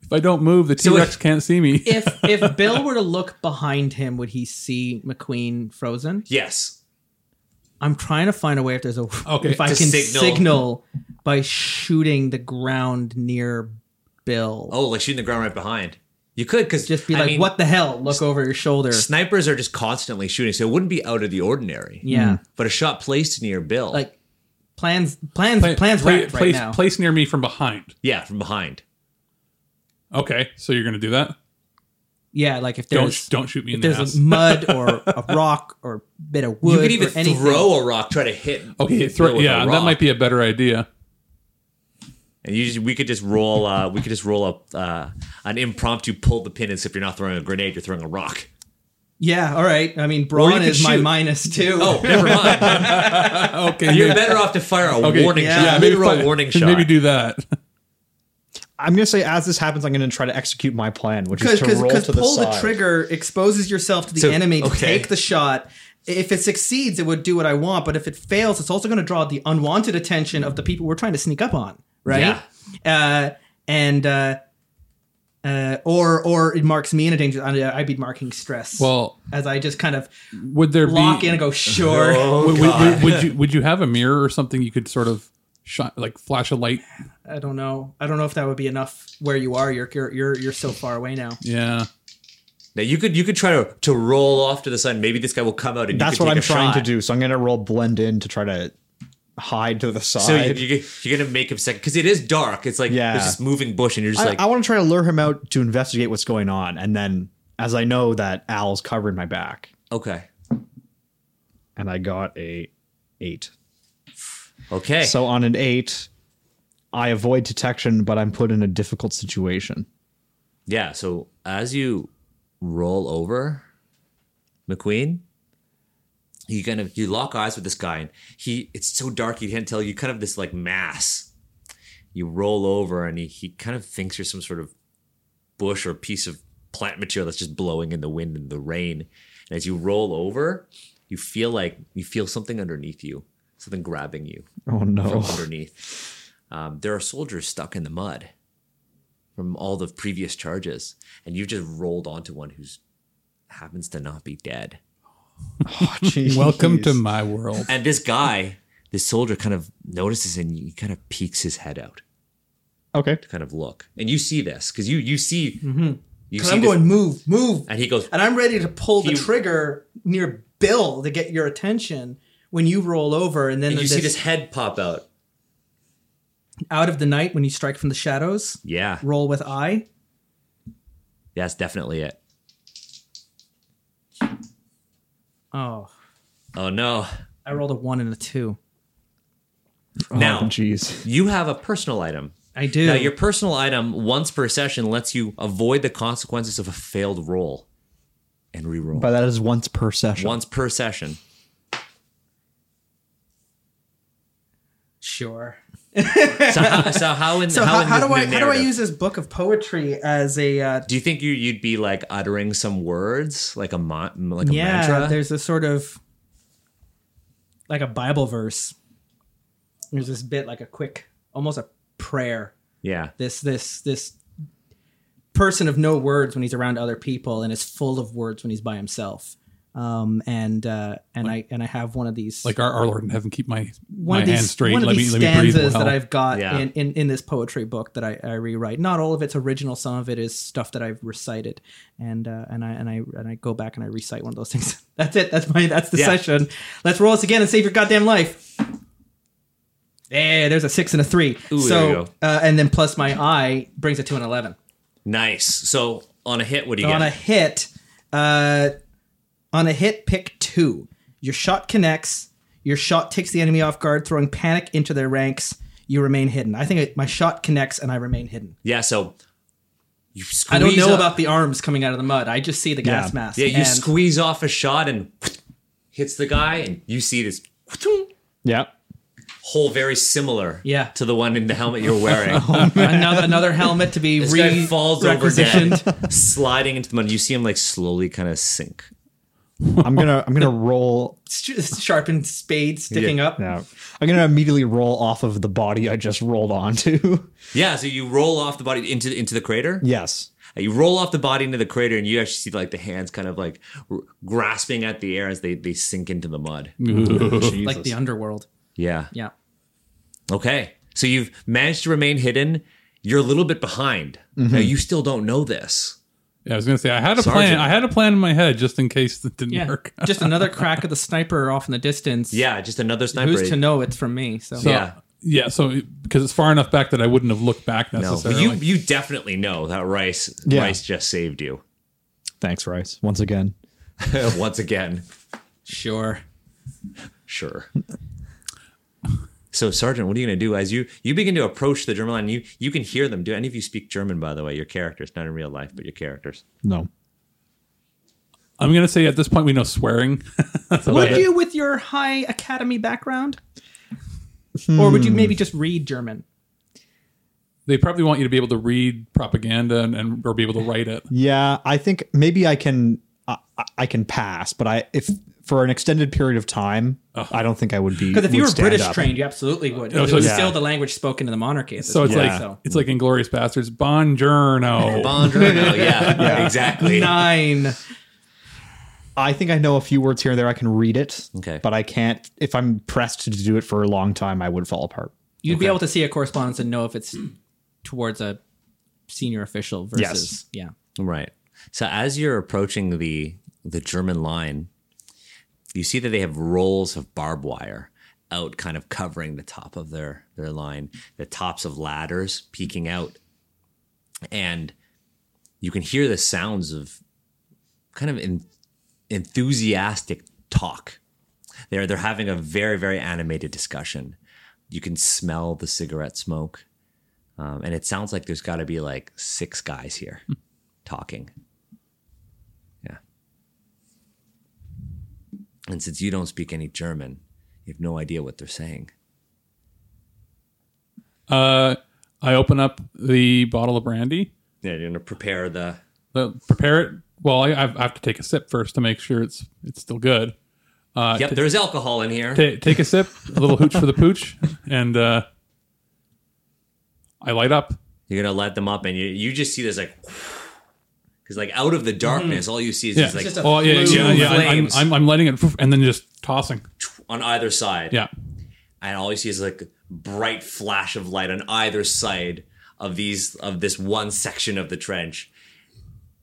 If I don't move, the T Rex if- can't see me. if if Bill were to look behind him, would he see McQueen frozen? Yes. I'm trying to find a way if there's a Okay. if I To can signal. signal. by shooting the ground near Bill. Oh, like shooting the ground right behind. You could because Just be like, what the hell? Look over your shoulder. Snipers are just constantly shooting, so it wouldn't be out of the ordinary. Yeah. But a shot placed near Bill, Like plans plans Pla- plans pla- wrecked right place, now. place near me from behind. yeah, from behind. Okay, so you're gonna do that? yeah, like if Don't there's don't shoot me in the there's ass. a mud or a rock or bit of wood You could even or anything. throw a rock, try to hit. okay, Bill throw, with a yeah, that rock. might be a better idea. And you just, we could just roll. Uh, we could just roll up uh, an impromptu pull the pin. As if you're not throwing a grenade, you're throwing a rock. Yeah, all right. I mean, brawn could is my shoot. minus two. Oh, never mind. Okay, You're maybe- better off to fire a okay, warning yeah, shot, maybe literal fi- warning shot. Maybe do that. I'm gonna say as this happens, I'm gonna try to execute my plan, which is because to roll to the pull the, side. trigger exposes yourself to the So- enemy to okay. take the shot. If it succeeds, it would do what I want, but if it fails, it's also going to draw the unwanted attention of the people we're trying to sneak up on, right? Uh, and uh, uh, or or it marks me in a danger. I- I'd be marking stress. Well, as I just kind of would there lock be in and go sure. Oh would, would- would- would you would you have a mirror or something you could sort of shine like flash a light? I don't know. I don't know if that would be enough. Where you are, you're you're you're, you're so far away now. Yeah. Now you could you could try to, to roll off to the side. Maybe this guy will come out and That's you could what take I'm a trying shot. to do. So I'm gonna roll blend in to try to hide to the side. So you, you, you're gonna make him second because it is dark. It's like Yeah. there's this moving bush, and you're just I, like, I want to try to lure him out to investigate what's going on, and then as I know that Al's covering my back, okay, and I got a eight. okay. So on an eight, I avoid detection, but I'm put in a difficult situation. Yeah. So as you roll over, McQueen, you kind of you lock eyes with this guy, and he it's so dark you can't tell. You kind of this like mass. You roll over, and he he kind of thinks you're some sort of bush or piece of plant material that's just blowing in the wind and the rain. And as you roll over, you feel like you feel something underneath you, something grabbing you Oh no! from underneath. Um, there are soldiers stuck in the mud from all the previous charges, and you've just rolled onto one who's happens to not be dead. Oh, jeez. Welcome to my world. And this guy, this soldier, kind of notices and he kind of peeks his head out okay. to kind of look, and you see this because you you see you Because see I'm this- going move move. and he goes and I'm ready to pull He- the trigger near Bill to get your attention when you roll over, and then and you this, see this head pop out. out of the night when you strike from the shadows. Yeah, Roll with eye. that's definitely it. Oh, Oh no! I rolled a one and a two. now Oh, jeez. you have a personal item. I do. Now, your personal item once per session lets you avoid the consequences of a failed roll and reroll But that is once per session. once per session. sure. So, how, so how in So how, how, in how the- do I the how do I narrative? use this book of poetry as a uh, Do you think you, you'd be like uttering some words, like a mon- like a yeah? mantra? There's a sort of like a Bible verse. There's this bit like a quick, almost a prayer yeah, this this this person of no words when he's around other people and is full of words when he's by himself um and uh and i and i have one of these Like our, our Lord in heaven, keep my one my of these, hands straight. one of Let me these let me breathe stanzas well. that i've got Yeah. in, in in this poetry book that I, I rewrite not all of it's original some of it is stuff that i've recited and uh and i and i and i go back and i recite one of those things that's it that's my that's the Yeah. session let's roll this again and save your goddamn life Hey, there's a six and a three. Ooh, so, there you go. Uh, and then plus my eye brings it to an eleven. nice. So on a hit, what do you On a get? hit, uh, on a hit, pick two. Your shot connects. Your shot takes the enemy off guard, throwing panic into their ranks. You remain hidden. I think it, my shot connects and I remain hidden. yeah, so you squeeze I don't know up- about the arms coming out of the mud. I just see the gas mask. Yeah, you and squeeze off a shot and hits the guy, and you see this yeah. hole very similar Yeah. Oh to the one in the helmet you're wearing. another, another helmet to be This re- guy falls over requisitioned. dead, sliding into the mud. You see him like slowly kind of sink. I'm gonna I'm gonna roll. Sh- Sharpened spade sticking Yeah. up. Yeah. I'm gonna immediately roll off of the body I just rolled onto. Yeah, so you roll off the body into into the crater. yes. you roll off the body into the crater, and you actually see like the hands kind of like r- grasping at the air as they they sink into the mud. like the underworld. Yeah. Yeah. Okay. So you've managed to remain hidden. You're a little bit behind. Mm-hmm. Now you still don't know this. Yeah, I was gonna say I had a plan. Sergeant. I had a plan in my head just in case it didn't Yeah. work. Just another crack of the sniper off in the distance. Yeah, just another sniper. Who's to know it's from me? So, So, Yeah. yeah. So because it's far enough back that I wouldn't have looked back No, but necessarily. you you definitely know that Rice Yeah. Rice just saved you Thanks, Rice. Once again. once again. sure. Sure. So, Sergeant, what are you going to do as you you begin to approach the German line? You you can hear them. Do any of you speak German? By the way, your characters, not in real life, but your characters. No. I'm gonna say at this point we know swearing. That's about Would it. you, with your high academy background, or would you maybe just read German? They probably want you to be able to read propaganda and, and or be able to write it. Yeah, I think maybe I can I, I- I can pass, but I if for an extended period of time, I don't think I would be Because if would you were stand British up. trained, you absolutely would. Oh, It so was yeah. still the language spoken in the monarchy. at this So it's point, like so. it's like Inglorious Bastards. Bonjourno. Bonjourno, yeah, exactly. nine. I think I know a few words here and there. I can read it. Okay. But I can't if I'm pressed to do it for a long time, I would fall apart. You'd be able to see a correspondence and know if it's towards a senior official versus yeah. Right. So as you're approaching the the German line, you see that they have rolls of barbed wire out kind of covering the top of their their line, the tops of ladders peeking out. And you can hear the sounds of kind of en- enthusiastic talk. They're they're having a very very animated discussion. You can smell the cigarette smoke. Um, and it sounds like there's got to be like six guys here talking. Yeah. And since you don't speak any German, you have no idea what they're saying. Uh, I open up the bottle of brandy. Yeah, you're gonna prepare the. Uh, prepare it. Well, I, I've- I have to take a sip first to make sure it's it's still good. Uh, yep, there's alcohol in here. Ta take a sip, a little hooch for the pooch, and uh, I light up. You're gonna light them up, and you you just see this like, because like out of the darkness, all you see is Mm-hmm. Yeah. just like just a oh yeah, flew yeah, yeah. I'm- I'm, flames. I'm, I'm letting it, and then just tossing. on either side. Yeah, and all you see is like a bright flash of light on either side of these of this one section of the trench,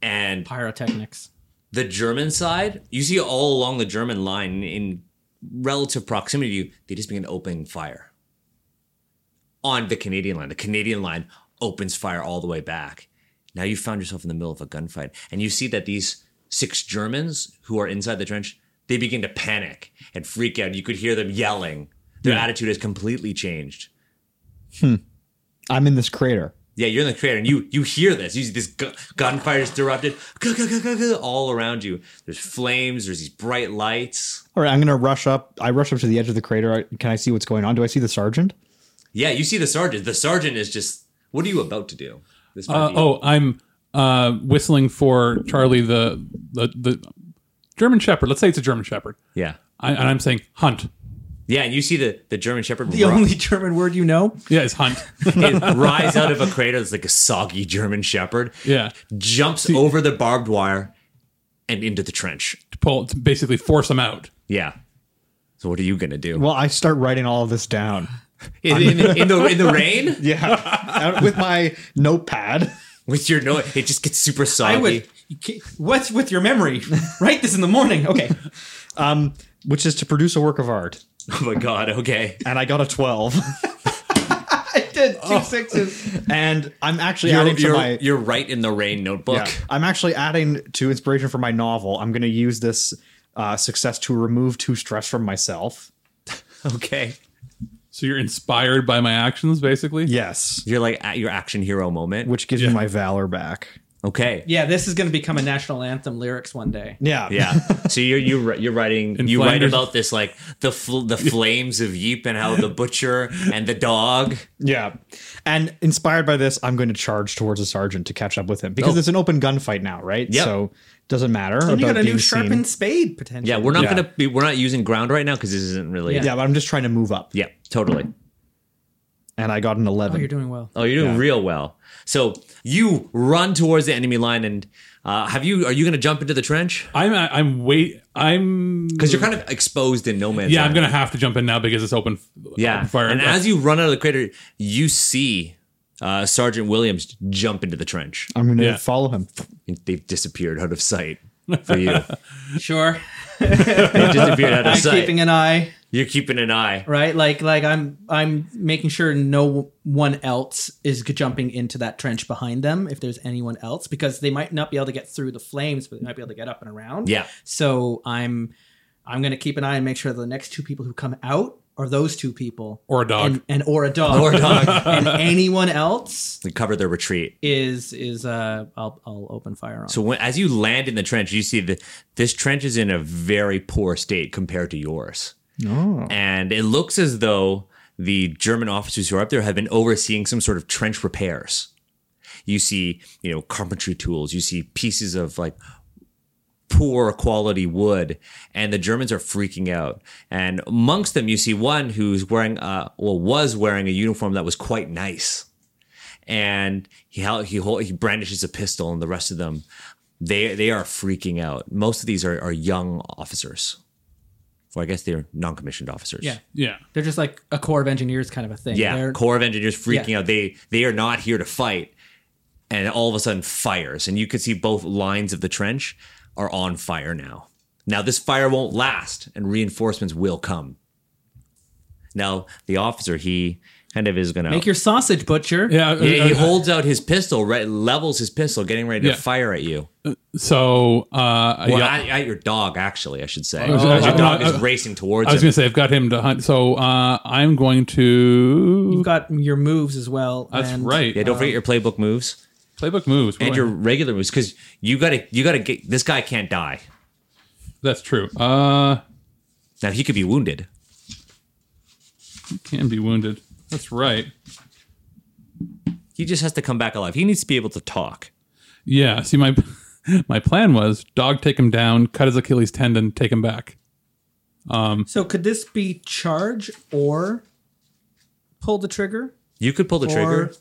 and Pyrotechnics. the German side, you see all along the German line in relative proximity to you, they just begin opening fire. On the Canadian line. The Canadian line opens fire all the way back. Now you found yourself in the middle of a gunfight. And you see that these six Germans who are inside the trench, they begin to panic and freak out. You could hear them yelling. Their attitude has completely changed. I'm in this crater. Yeah, you're in the crater, and you you hear this. You see this gu- gunfire is erupted all around you. There's flames. There's these bright lights. All right, I'm gonna rush up. I rush up to the edge of the crater. I, can I see what's going on? Do I see the sergeant? Yeah, you see the sergeant. The sergeant is just. What are you about to do? This might Uh, be- oh, I'm uh, whistling for Charlie the, the the German Shepherd. Let's say it's a German Shepherd. yeah, I, and I'm saying hunt. yeah. And you see the the German Shepherd The ri- only German word you know. Yeah, it's hunt. rise out of a crater. It's like a soggy German Shepherd. yeah, jumps over the barbed wire and into the trench. to pull to basically force them out. Yeah. So what are you gonna do Well, I start writing all of this down. in, in, in the in the rain Yeah, out Uh, with my notepad. with your no? It just gets super soggy. I would. you can't- What's with your memory? Write this in the morning. Okay. um, which is to produce a work of art. Oh my god. Okay. And I got a 12. I did two sixes. and I'm actually You're, adding to you're, my. you're right in the rain notebook. yeah, I'm actually adding to inspiration for my novel. I'm going to use this uh, success to remove two stress from myself. Okay. So you're inspired by my actions, basically. Yes. You're like at your action hero moment. Which gives me my valor back. okay. Yeah, this is going to become a national anthem lyrics one day. Yeah. Yeah. So you're you are you're writing In you write Flanders. about this like the fl- the flames of Yeep and how the butcher and the dog. Yeah. And inspired by this, I'm going to charge towards the sergeant to catch up with him because Oh. it's an open gunfight now, right? Yep. So doesn't matter. And you about got a new being seen. sharpened spade potentially. Yeah, we're not Yeah. gonna be we're not using ground right now because this isn't really. Yeah. Yeah, but I'm just trying to move up. Yeah, totally. and I got an Oh, you're 11. doing well. Oh, you're doing real well. So you run towards the enemy line, and uh, have you? Are you going to jump into the trench? I'm uh, I'm wait I'm Because you're kind of exposed in no man's yeah land. I'm gonna have to jump in now because it's open. yeah. open fire. And Uh, as you run out of the crater, you see uh, Sergeant Williams jump into the trench. I'm going to Yeah. follow him. They've disappeared out of sight for you. Sure. They've disappeared out of I'm sight. keeping an eye, you're keeping an eye. right? Like like I'm I'm making sure no one else is g- jumping into that trench behind them if there's anyone else because they might not be able to get through the flames, but they might be able to get up and around. Yeah. So I'm I'm going to keep an eye and make sure the next two people who come out are those two people Or a dog. and, and or a dog Or a dog. and anyone else They cover their retreat. is is uh I'll I'll open fire on. So when, as you land in the trench, you see that this trench is in a very poor state compared to yours. Oh. And it looks as though the German officers who are up there have been overseeing some sort of trench repairs. You see, you know, carpentry tools, you see pieces of like poor quality wood, and the Germans are freaking out. And amongst them, you see one who's wearing, uh, well, was wearing a uniform that was quite nice and he held, he hold, he brandishes a pistol, and the rest of them, they they are freaking out. Most of these are, are young officers, or I guess they're non commissioned officers. yeah. yeah. They're just like a Corps of Engineers kind of a thing. yeah. They're- Corps of Engineers freaking Yeah. out. They they are not here to fight, and all of a sudden fires, and you can see both lines of the trench are on fire now. Now this fire won't last, and reinforcements will come. Now the officer he kind of is gonna Make your sausage, butcher. Yeah, He, uh, he holds out his pistol, right, levels his pistol, getting ready to Yeah. fire at you. So uh, Well, yeah, at, at your dog, actually, I should say. was- As I- your I- dog I- is racing towards I was him. gonna say I've got him to hunt. So uh, I'm going to. You've got your moves as well. That's and- right. yeah, don't forget your playbook moves Playbook moves. and Really. your regular moves because you gotta you gotta get this guy can't die. That's true. Uh, Now he could be wounded. can be wounded. That's right. He just has to come back alive. He needs to be able to talk. Yeah. See, my my plan was dog take him down, cut his Achilles tendon, take him back. So could this be charge or pull the trigger? You could pull the trigger. Or-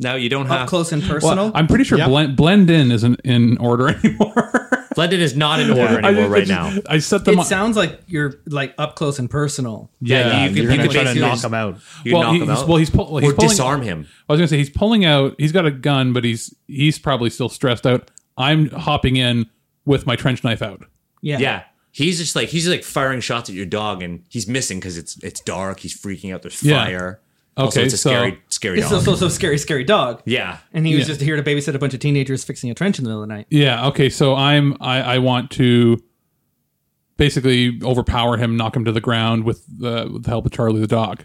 Now you don't Up have close and Well, personal. I'm pretty sure Yep. blend blend in isn't in order anymore. Blended is not in order I anymore just- right now. I set them it up. sounds like you're like up close and personal. Yeah, yeah. you could, You're you going could to try to basically knock just- him out. you Well, knock he- him he's- out. well, he's pull- well, he's or pulling- disarm him. I was gonna say he's pulling out. He's got a gun, but he's he's probably still stressed out. I'm hopping in with my trench knife out. Yeah. Yeah. He's just like he's like firing shots at your dog and he's missing because it's it's dark. He's freaking out. There's Yeah. fire. also, Okay, it's a so- scary scary This is dog. also so scary, scary dog. yeah. And he was Yeah. just here to babysit a bunch of teenagers fixing a trench in the middle of the night. Yeah. Okay. So I'm I, I want to basically overpower him, knock him to the ground with the, with the help of Charlie the dog.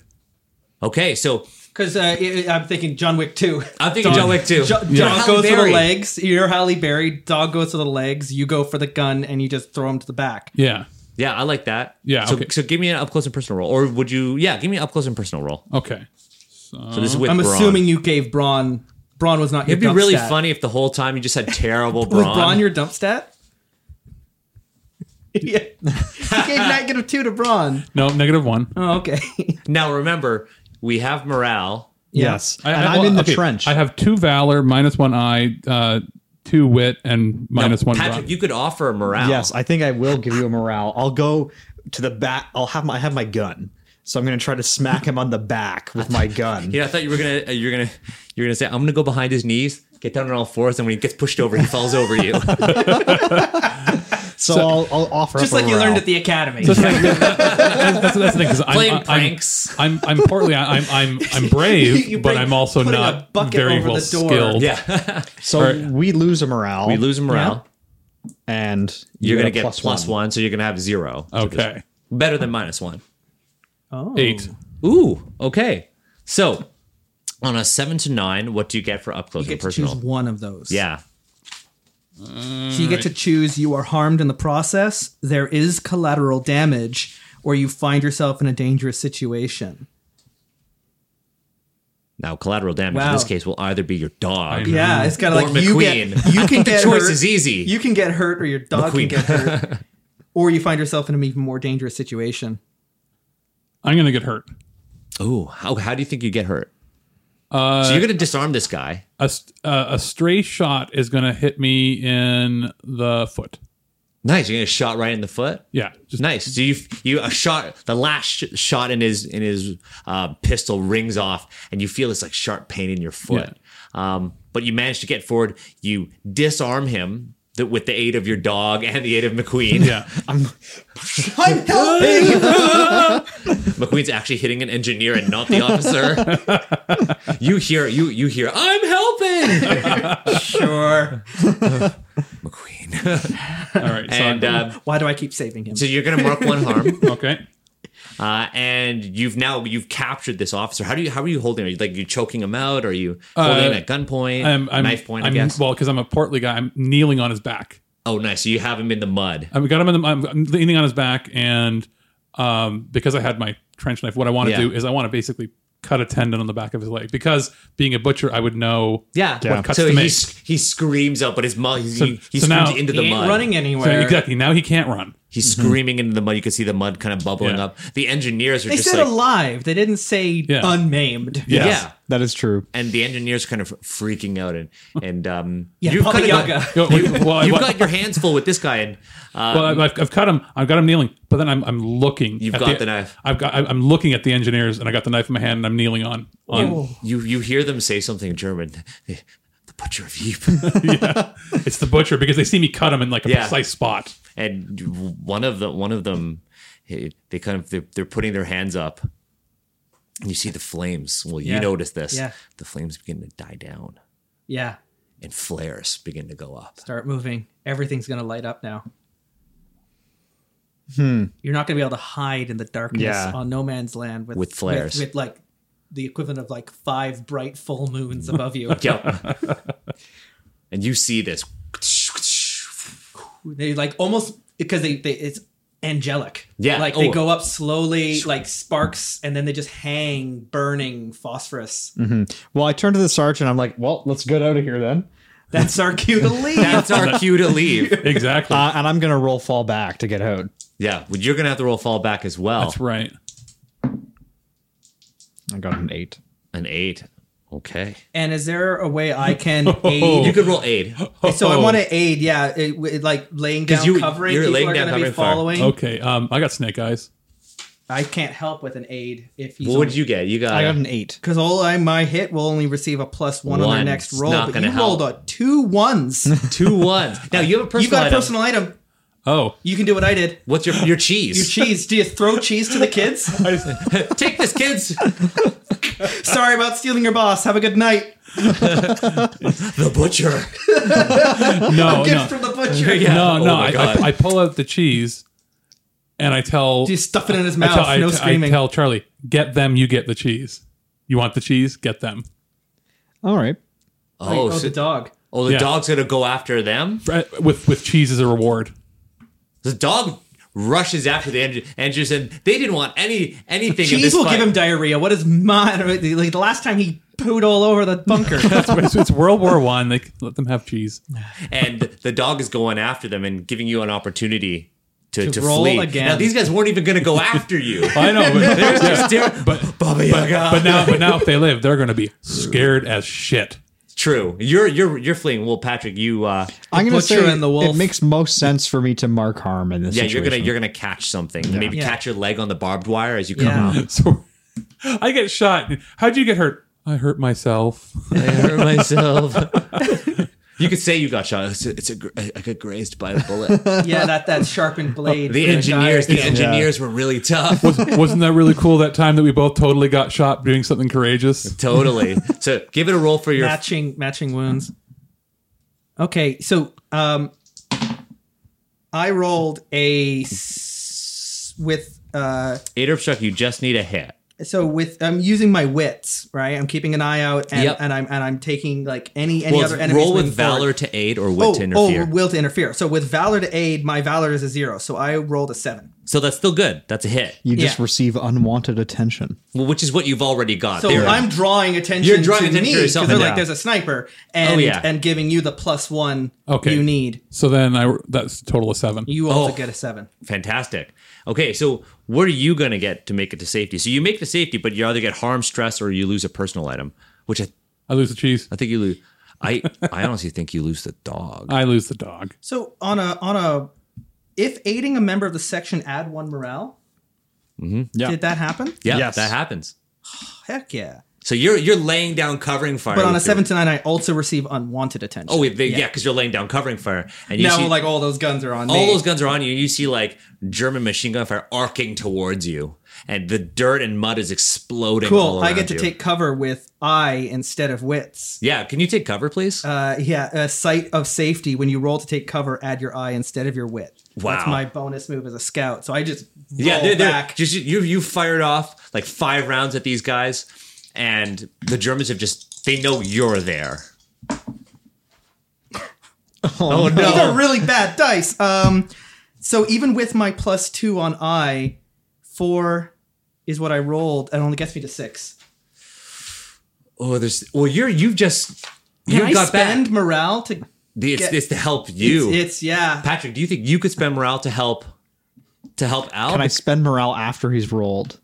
Okay, so Because uh, I- I- I'm thinking John Wick 2. I'm thinking John Wick too. Jo- Dog goes Halle for the Berry. legs. You're Halle Berry. Dog goes for the legs. You go for the gun and you just throw him to the back. Yeah. Yeah, I like that. Yeah, So, okay. so give me an up close and personal roll, or would you? Yeah, give me an up close and personal roll. Okay. So this is with I'm Braun. assuming you gave Braun. Braun was not your it'd be dump really stat. funny if the whole time you just had terrible Was Braun. Braun your dump stat? yeah. he gave negative two to Braun. No, negative one. Oh, okay. now remember, we have morale. Yes. and I, am well, in the okay, trench. I have two valor, minus one eye, uh, two wit, and Now, minus one. Patrick, brawn. you could offer a morale. yes, I think I will give you a morale. I'll go to the back. I'll have my, I have my gun. So I'm going to try to smack him on the back with my gun. Yeah, I thought you were gonna uh, you're gonna you're gonna say I'm gonna go behind his knees, get down on all fours, and when he gets pushed over, he falls over you. So, I'll, I'll offer Just up a like you morale. learned at the academy. that's, that's, that's the thing. 'cause I'm, Playing I'm, pranks. I'm I'm poorly. I'm I'm I'm brave, You but bring- I'm also putting a not bucket very over the well door. skilled. yeah, So we lose a morale. we lose morale. and You're you gonna a get plus, plus one. so you're gonna have zero. So there's- Okay. better than minus one. oh. Eight. Ooh, okay. So on a seven to nine, what do you get for up close You and get to choose personal? one of those. Yeah. So you get to choose you are harmed in the process, there is collateral damage, or you find yourself in a dangerous situation. Now collateral damage in Wow. this case will either be your dog. Yeah, it's kind of Or like you McQueen. get you can get choice hurt, is easy. You can get hurt, or your dog McQueen. can get hurt, or you find yourself in an even more dangerous situation. I'm gonna get hurt. Oh, how, how do you think you get hurt? Uh, so you're going to disarm this guy. A, st- uh, a stray shot is going to hit me in the foot. Nice. You're going to shot right in the foot. Yeah, just Nice. So you you a shot the last sh- shot in his in his uh, pistol rings off, and you feel this like sharp pain in your foot. Um, but you manage to get forward. You disarm him th- with the aid of your dog and the aid of McQueen. yeah. I'm helping. McQueen's actually hitting an engineer and not the officer. you hear you you hear I'm helping sure. McQueen, All right, so and I'm- uh, Why do I keep saving him? so you're gonna mark one harm. okay. Uh, and you've now you've captured this officer. How do you how are you holding? him? Are you like you choking him out? Are you holding him at gunpoint? Uh, I'm, I'm knife point, i I'm, guess. Well, because I'm a portly guy, I'm kneeling on his back. oh, nice. So you have him in the mud. I've got him in the. I'm, I'm leaning on his back, and um, because I had my trench knife, what I want to Yeah. do is I want to basically cut a tendon on the back of his leg. Because being a butcher, I would know. Yeah. What cuts so to he make. s- he screams out, but his mud. He, he so screams now- into He the ain't mud. running So anywhere. exactly. Now he can't run. He's screaming into the mud. You can see the mud kind of bubbling Mm-hmm. Yeah. up. The engineers are They just said like, alive. They didn't say Yeah. unmaimed. yeah. that is true. And the engineers are kind of freaking out and and um, Yeah, you've Papa kind of Yaga. got, Go- well, I- you've well, got your hands full with this guy and uh, well, I've, I've cut him. I've got him kneeling, but then I'm, I'm looking. You've at got the knife. I've got. I- I'm looking at the engineers, and I got the knife in my hand, and I'm kneeling on. on you you hear them say something in German. The butcher of Yip. it's the butcher because they see me cut him in like a Yeah. precise spot. and one of the one of them eh, they kind of they're, they're putting their hands up and you see the flames well you Yeah. notice this Yeah. the flames begin to die down Yeah. and flares begin to go up Start moving. Everything's gonna light up now. Hmm. You're not gonna be able to hide in the darkness Yeah. on no man's land with, With flares. With, with, like the equivalent of like five bright full moons above you. yep and you see this They like almost because they, they it's angelic. Yeah. Like they Oh. go up slowly, like sparks, and then they just hang burning phosphorus. Mm. Well, I turn to the sergeant. I'm like, well, let's get out of here then. That's our cue to leave. that's our cue to leave Exactly. Uh, and I'm gonna roll fall back to get out. yeah well, you're gonna have to roll fall back as well That's right. I got an eight. an eight okay and is there a way I can Oh. aid? you could roll eight So I want to aid, yeah, it, it, like laying down Oh. you- covering. you're People laying are down going to be covering fire. following. Okay. Um, I got snake eyes. I can't help with an aid if he's what would you get you I got got an eight. because all I my hit will only receive a plus one, on their One. next It's roll. not But gonna you rolled help. a two ones. two ones now you have a personal you got a item. personal item. Oh, You can do what I did. what's your your cheese You cheese? Do you throw cheese to the kids? I just- take this kids Sorry about stealing your boss. Have a good night. the butcher no, Gift no. from the butcher. No, Oh no. my I, God. I, I pull out the cheese, and I tell Just stuff it in his I mouth. tell, I- no I screaming. tell Charlie, get them. You get the cheese. You want the cheese? Get them. All right. oh, oh, so- the dog. Oh, the Yeah. dog's gonna go after them. Fre- With with cheese as a reward. The dog rushes after the engine. Andrews and they didn't want any anything. in Cheese this will fight. give him diarrhea. What is my like the last time he pooed all over the bunker? It's, it's World War One. They let them have cheese. and the dog is going after them and giving you an opportunity to, to, roll flee. again. Now these guys weren't even gonna go after you. I know, but, They're just there- Baba Yaga. but now, but now, if they live, they're going to be scared as shit. True. You're you're you're fleeing. Well, Patrick, you uh, I'm gonna butcher say and the wolf. it makes most sense for me to mark harm in this. yeah, you're situation. gonna you're gonna catch something. Maybe Yeah. catch your leg on the barbed wire as you come Yeah. out. So I get shot. How'd you get hurt? I hurt myself. I hurt myself. you could say you got shot. It's a, it's a gr- I got grazed by a bullet. yeah, that that sharpened blade. Oh, The Gonna engineers, die. the engineers were really tough. Wasn't that really cool that time that we both totally got shot doing something courageous? totally. So give it a roll for your. matching matching wounds. Okay, so um, I rolled a s- with uh, Eight or obstruct. You just need a hit. so with I'm using my wits, right? I'm keeping an eye out, and, Yep. and I'm and I'm taking like any any Well, other it's enemies. roll with moving forward. valor to aid or wit Oh, to oh, interfere. will to interfere. So with valor to aid, my valor is a zero. So I rolled a seven. So that's still good. That's a hit. You just Yeah. receive unwanted attention. Well, which is what you've already got. So There. I'm drawing attention. You're drawing to attention me, to yourself. 'cause They're Yeah. like, there's a sniper, and Oh, yeah. and giving you the plus one Okay. you need. So then I that's a total of seven. You also Oh. get a seven. Fantastic. Okay, so what are you going to get to make it to safety? So you make the safety, but you either get harm, stress, or you lose a personal item, which I, I lose the cheese. I think you lose. I, I honestly think you lose the dog. I lose the dog. So on a on a, if aiding a member of the section add one morale. Yeah. Did that happen? Mm-hmm. Yeah, Yes. that happens. Heck yeah. So you're you're laying down covering fire. But on a with your- seven to nine, I also receive unwanted attention. Oh, wait, they, yeah, because you're laying down covering fire, and you now see like all those guns are on all me. those guns are on you. You see like German machine gun fire arcing towards you, and the dirt and mud is exploding. cool. all I around get to you. take cover with I instead of wits. Yeah, can you take cover, please? Uh, yeah, a sight of safety. When you roll to take cover, add your eye instead of your wit. Wow. That's my bonus move as a scout. So I just roll yeah, they're, they're- oh, back. just you. You fired off like five rounds at these guys, and the Germans have just they know you're there. Oh, These no! are really bad dice. Um, so even with my plus two on I, four is what I rolled, and only gets me to six. Oh, there's well, you're you've just Can you I got spend back. morale to? It's, get- it's to help you, It's, it's- yeah. Patrick. Do you think you could spend morale to help to help Al? Can I spend morale after he's rolled?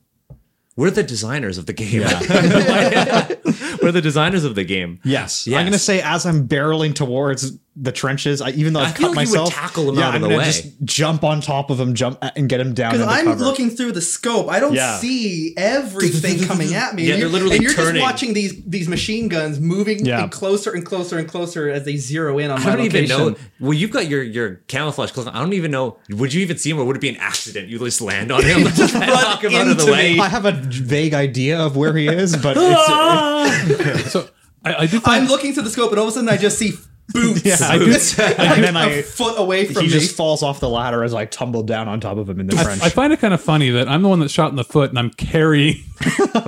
We're the designers of the game. We're the designers of the game. Yes. Yes. I'm going to say as I'm barreling towards the trenches, I, even though I've feel cut like you would myself, tackle him yeah, I'm out of the gonna way. just jump on top of him, jump and get him down. Because into I'm cover. looking through the scope, I don't Yeah. see everything coming at me. Yeah, And they're you're- literally and you're turning. just watching these these machine guns moving Yeah. in closer and closer and closer as they zero in on I my don't even location. know. Well, you've got your your camouflage cloak. on. I don't even know. Would you even see him, or would it be an accident? You just land on him, just knock him out of the into way. me. I have a vague idea of where he is, but it's, So I, I did. Find, I'm looking through the scope, and all of a sudden I just see boots yeah, I do, and then a I foot away from me. he just falls off the ladder as I tumble down on top of him in the trench. I find it kind of funny that I'm the one that shot in the foot, and I'm carrying.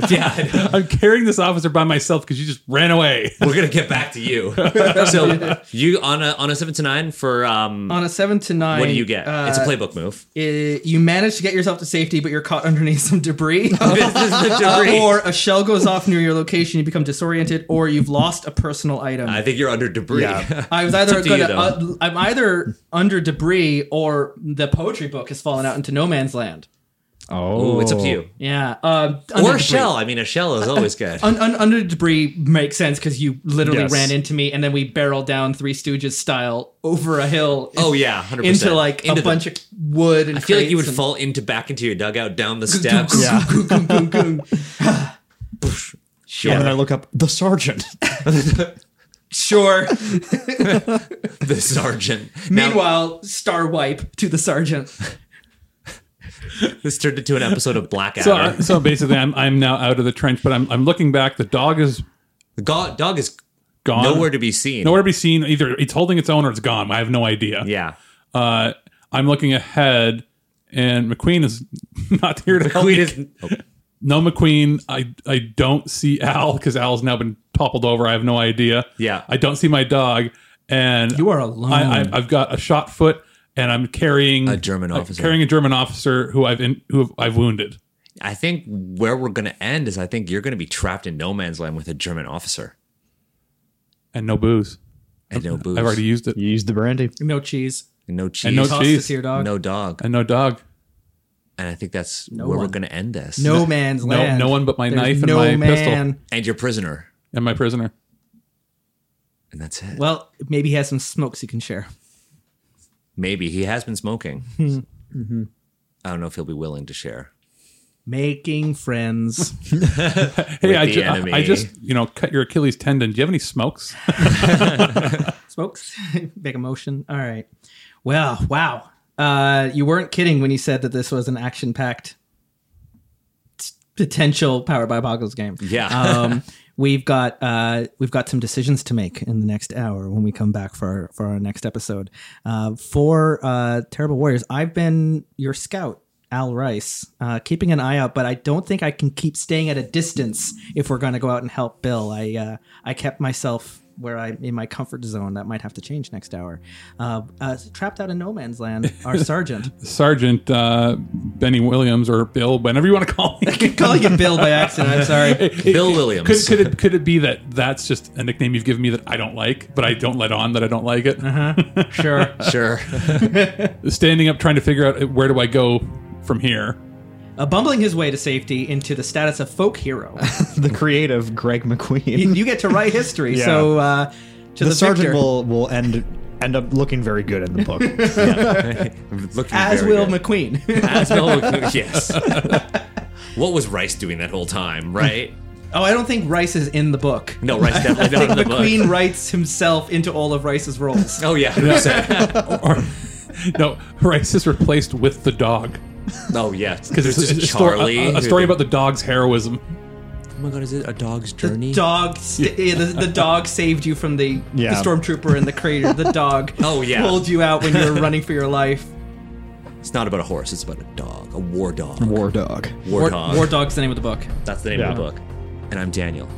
yeah, I'm carrying this officer by myself because you just ran away. we're gonna get back to you. So you on a on a seven to nine for um. on a seven to nine. what do you get? Uh, it's a playbook move. it- you manage to get yourself to safety, but you're caught underneath some debris. This is the debris. Uh, or a shell goes off near your location, you become disoriented, or you've lost a personal item. I think you're under debris. Yeah. I was It's either up to you, going to. Uh, I'm either under debris or the poetry book has fallen out into no man's land. oh, Ooh, it's up to you. Yeah. Uh, under Or a debris. Uh, shell. I mean, a shell is always good. Un- un- under debris makes sense because you literally Yes. ran into me, and then we barreled down Three Stooges style over a hill. Oh, yeah, 100%. into like Into a the- bunch of wood. And I feel like you would crates fall into back into your dugout down the steps. Yeah. and- Goom, goom, goom. And then I look up the sergeant. sure. The sergeant. Now- Meanwhile, star wipe to the sergeant. This turned into an episode of Blackout. So, uh, I- so basically, I'm I'm now out of the trench, but I'm I'm looking back. The dog is the go- dog is gone. nowhere to be seen. nowhere to be seen. Either it's holding its own or it's gone. I have no idea. Yeah. Uh, I'm looking ahead, and McQueen is not here to help. We me. just- oh, No McQueen. I I don't see Al because Al's now been toppled over. I have no idea. Yeah. I don't see my dog, and You are alone. I, I, I've got a shot foot, and I'm carrying A German I'm officer. carrying a German officer who I've in, who I've wounded. I think where we're going to end is I think you're going to be trapped in no man's land with a German officer And no booze. and no booze, I've already used it. You used the brandy. no cheese. and no cheese, And no Toss cheese. this here, dog. no dog. And no dog. And I think that's where we're going to end this. No man's no- land. no one but my There's knife and no my pistol. man. And you're prisoner. And my prisoner. And that's it. Well, maybe he has some smokes he can share. Maybe he has been smoking. Mm-hmm. I don't know if he'll be willing to share. Making friends. Hey, I, the ju- I- enemy. I just you know cut your Achilles tendon. Do you have any smokes? smokes. Big emotion. All right. Well, wow. Uh, you weren't kidding when you said that this was an action-packed t- potential Powered by Boggles game. Yeah. um, we've got uh, we've got some decisions to make in the next hour when we come back for our, for our next episode. Uh, for uh, Terrible Warriors, I've been your scout. Al Rice, uh, keeping an eye out, but I don't think I can keep staying at a distance if we're going to go out and help Bill. I uh, I kept myself where I'm in my comfort zone. That might have to change next hour. Uh, uh, trapped out in no man's land, our sergeant. Sergeant uh, Benny Williams or Bill, whenever you want to call him. Calling you Bill by accident. I'm sorry. Bill Williams. Could, could it could it be that that's just a nickname you've given me that I don't like, but I don't let on that I don't like it? Sure. sure. Standing up, trying to figure out uh, where do I go from here. Uh, bumbling his way to safety into the status of folk hero. the creative Greg McQueen. you, you get to write history. Yeah. So uh, to the, the, sergeant victor. will will end end up looking very good in the book. Looking as very will good. McQueen. As Will McQueen. Yes. what was Rice doing that whole time? Right? oh, I don't think Rice is in the book. No, Rice I definitely think not in the McQueen book. writes himself into all of Rice's roles. Oh yeah, 100%. Or, no, Rice is replaced with the dog. oh yeah, because Because there's it's just a, Charlie. story, a, who a story they- about the dog's heroism. Oh my god, is it a dog's journey? Dog, st- yeah, the, the dog saved you from the, Yeah. the stormtrooper in the crater. The dog Oh, yeah. pulled you out when you were running for your life. It's not about a horse. It's about a dog, a war dog, War dog. war, War, dog. War Dog's the name of the book. That's the name Yeah. of the book. And I'm Daniel,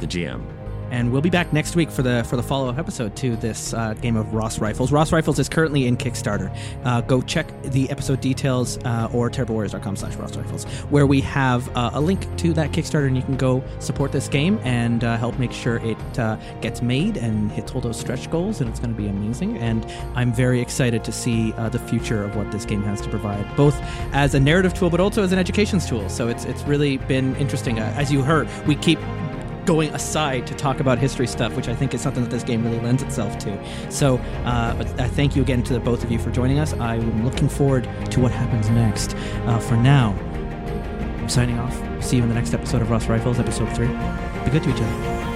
the GM. and we'll be back next week for the for the follow up episode to this uh, game of Ross Rifles. Ross Rifles is currently in Kickstarter. Uh, go check the episode details uh, or terriblewarriors.com slash Ross Rifles, where we have uh, a link to that Kickstarter, and you can go support this game and uh, help make sure it uh, gets made and hits all those stretch goals, and it's going to be amazing. And I'm very excited to see uh, the future of what this game has to provide, both as a narrative tool, but also as an education tool. So it's it's really been interesting. Uh, as you heard, we keep going aside to talk about history stuff, which I think is something that this game really lends itself to. So, uh, but I thank you again to the both of you for joining us. I'm looking forward to what happens next. Uh, for now, I'm signing off. See you in the next episode of Ross Rifles, episode three. Be good to each other.